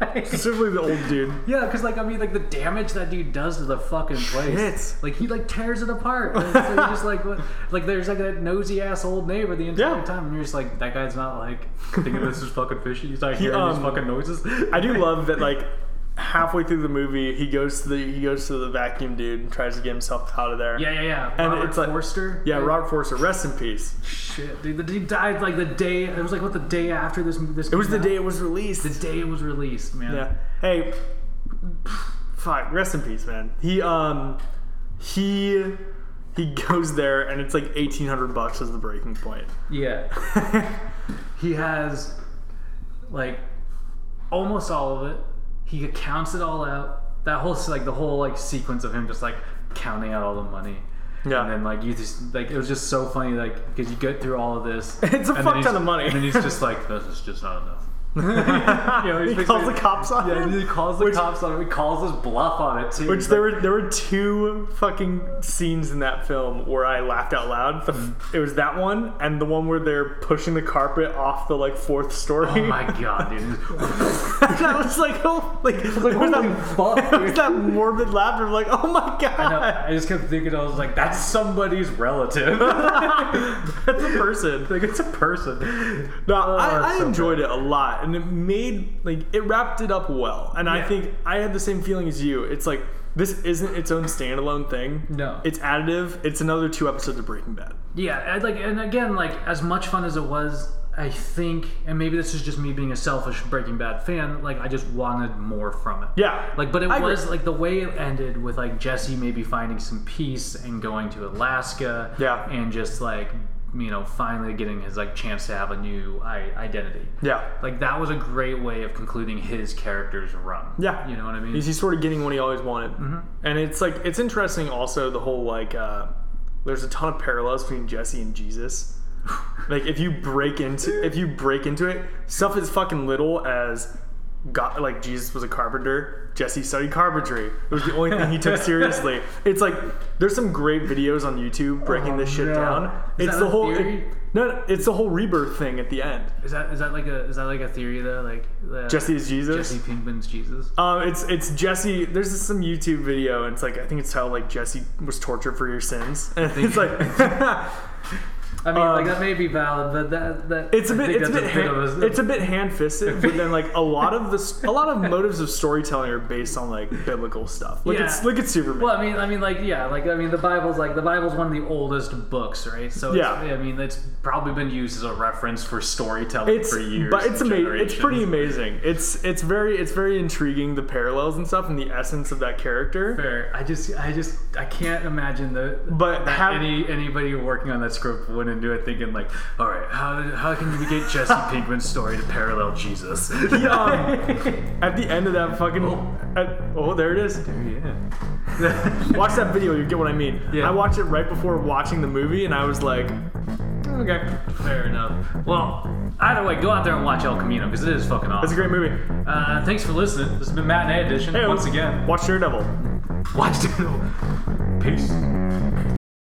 Speaker 3: Like,
Speaker 2: Specifically the old dude.
Speaker 3: yeah because like i mean like the damage that dude does to the fucking place
Speaker 2: Shit.
Speaker 3: like he like tears it apart like, so you're just like what, like there's like that nosy ass old neighbor the entire
Speaker 2: Yeah.
Speaker 3: time and you're just like that guy's not like thinking this is fucking fishy he's not hearing these
Speaker 2: um,
Speaker 3: fucking noises
Speaker 2: I do love that like halfway through the movie he goes to the he goes to the vacuum dude and tries to get himself out of there.
Speaker 3: yeah yeah yeah
Speaker 2: And
Speaker 3: robert
Speaker 2: it's like-
Speaker 3: forster
Speaker 2: Yeah, Robert Forster, rest in peace.
Speaker 3: shit dude the dude died like the day it was like what the day after this this
Speaker 2: It was the day it was released.
Speaker 3: the day it was released, man.
Speaker 2: Yeah. Hey, fuck. Rest in peace, man. He um, he he goes there, and it's like eighteen hundred bucks is the breaking point.
Speaker 3: Yeah. He has like almost all of it. He counts it all out. That whole like the whole like sequence of him just like counting out all the money.
Speaker 2: Yeah.
Speaker 3: And then like you just like it was just so funny like because you get through all of this.
Speaker 2: It's a
Speaker 3: and then
Speaker 2: fuck
Speaker 3: he's-
Speaker 2: ton of money.
Speaker 3: And then he's just like, this is just not enough. know, he's
Speaker 2: he calls the
Speaker 3: basically-
Speaker 2: cops on
Speaker 3: Yeah,
Speaker 2: him.
Speaker 3: and he calls the
Speaker 2: Which-
Speaker 3: cops on it. He calls his bluff on it too.
Speaker 2: Which
Speaker 3: He's
Speaker 2: there
Speaker 3: like,
Speaker 2: were there were two fucking scenes in that film where I laughed out loud. The,
Speaker 3: Mm.
Speaker 2: f It was that one and the one where they're pushing the carpet off the like fourth story.
Speaker 3: Oh my god, dude.
Speaker 2: and I was like, oh, like,
Speaker 3: like,
Speaker 2: it was
Speaker 3: holy
Speaker 2: that,
Speaker 3: fuck,
Speaker 2: it was
Speaker 3: dude.
Speaker 2: that morbid laughter of like, oh my god,
Speaker 3: No, I just kept thinking, I was like, that's somebody's relative.
Speaker 2: that's a person.
Speaker 3: like, it's a person.
Speaker 2: No,
Speaker 3: that's
Speaker 2: I, I
Speaker 3: so
Speaker 2: enjoyed it a lot, and it made like it wrapped it up well. And I
Speaker 3: Yeah.
Speaker 2: think I had the same feeling as you. It's like this isn't its own standalone thing.
Speaker 3: No.
Speaker 2: it's additive. It's another two episodes of Breaking Bad.
Speaker 3: Yeah, I, like, and again, like, as much fun as it was, I think, and maybe this is just me being a selfish Breaking Bad fan, like, I just wanted more from it.
Speaker 2: Yeah,
Speaker 3: Like, but it
Speaker 2: I agree.
Speaker 3: was, like, the way it ended with, like, Jesse maybe finding some peace and going to Alaska.
Speaker 2: Yeah.
Speaker 3: And just, like, you know, finally getting his, like, chance to have a new I- identity.
Speaker 2: yeah,
Speaker 3: Like, that was a great way of concluding his character's run.
Speaker 2: Yeah.
Speaker 3: You know what I mean? Mm-hmm.
Speaker 2: He's, he's sort of getting what he always wanted. And it's like, it's interesting also the whole like, uh, there's a ton of parallels between Jesse and Jesus. like if you break into, if you break into it, stuff as fucking little as God, like Jesus was a carpenter. Jesse studied carpentry. It was the only thing he took seriously. It's like there's some great videos on YouTube breaking
Speaker 3: Oh,
Speaker 2: this shit
Speaker 3: no.
Speaker 2: down.
Speaker 3: Is
Speaker 2: it's
Speaker 3: that
Speaker 2: the
Speaker 3: a
Speaker 2: whole
Speaker 3: theory?
Speaker 2: no, no, it's the whole rebirth thing at the end.
Speaker 3: Is that is that like a is that like a theory though? Like uh,
Speaker 2: Jesse is Jesus.
Speaker 3: Jesse Pinkman's Jesus.
Speaker 2: Um, it's it's Jesse. There's this, some YouTube video, and it's like I think it's how like Jesse was tortured for your sins, and it's like
Speaker 3: I mean, like
Speaker 2: Um,
Speaker 3: that may be valid, but that that
Speaker 2: It's a
Speaker 3: I
Speaker 2: bit,
Speaker 3: think
Speaker 2: it's a
Speaker 3: that's
Speaker 2: bit, hand,
Speaker 3: of
Speaker 2: it's a bit hand-fisted, but then like a lot of this, a lot of motives of storytelling are based on like biblical stuff. Look at
Speaker 3: Yeah.
Speaker 2: look at Superman.
Speaker 3: Well, I mean, I mean, like, yeah, like, I mean, the Bible's like the Bible's one of the oldest books, right? So, it's,
Speaker 2: Yeah.
Speaker 3: I mean, it's probably been used as a reference for storytelling
Speaker 2: it's
Speaker 3: for years.
Speaker 2: but it's
Speaker 3: and
Speaker 2: amazing. It's pretty
Speaker 3: generations.
Speaker 2: amazing. It's it's very it's very intriguing the parallels and stuff and the essence of that character.
Speaker 3: Fair. I just, I just, I can't imagine the
Speaker 2: But
Speaker 3: that
Speaker 2: how-
Speaker 3: any anybody working on that script went into it thinking like, all right, how how can we get Jesse Pinkman's story to parallel Jesus?
Speaker 2: Um, at the end of that fucking at- oh there it is.
Speaker 3: yeah.
Speaker 2: Watch that video, you get what I mean.
Speaker 3: Yeah.
Speaker 2: I watched it right before watching the movie and I was like, okay,
Speaker 3: Fair enough. Well, either way, go out there and watch El Camino because it is fucking awesome.
Speaker 2: that's a great movie.
Speaker 3: Uh, thanks for listening. This has been Matinee Edition
Speaker 2: Hey,
Speaker 3: once again.
Speaker 2: watch Daredevil.
Speaker 3: Watch Daredevil. Peace.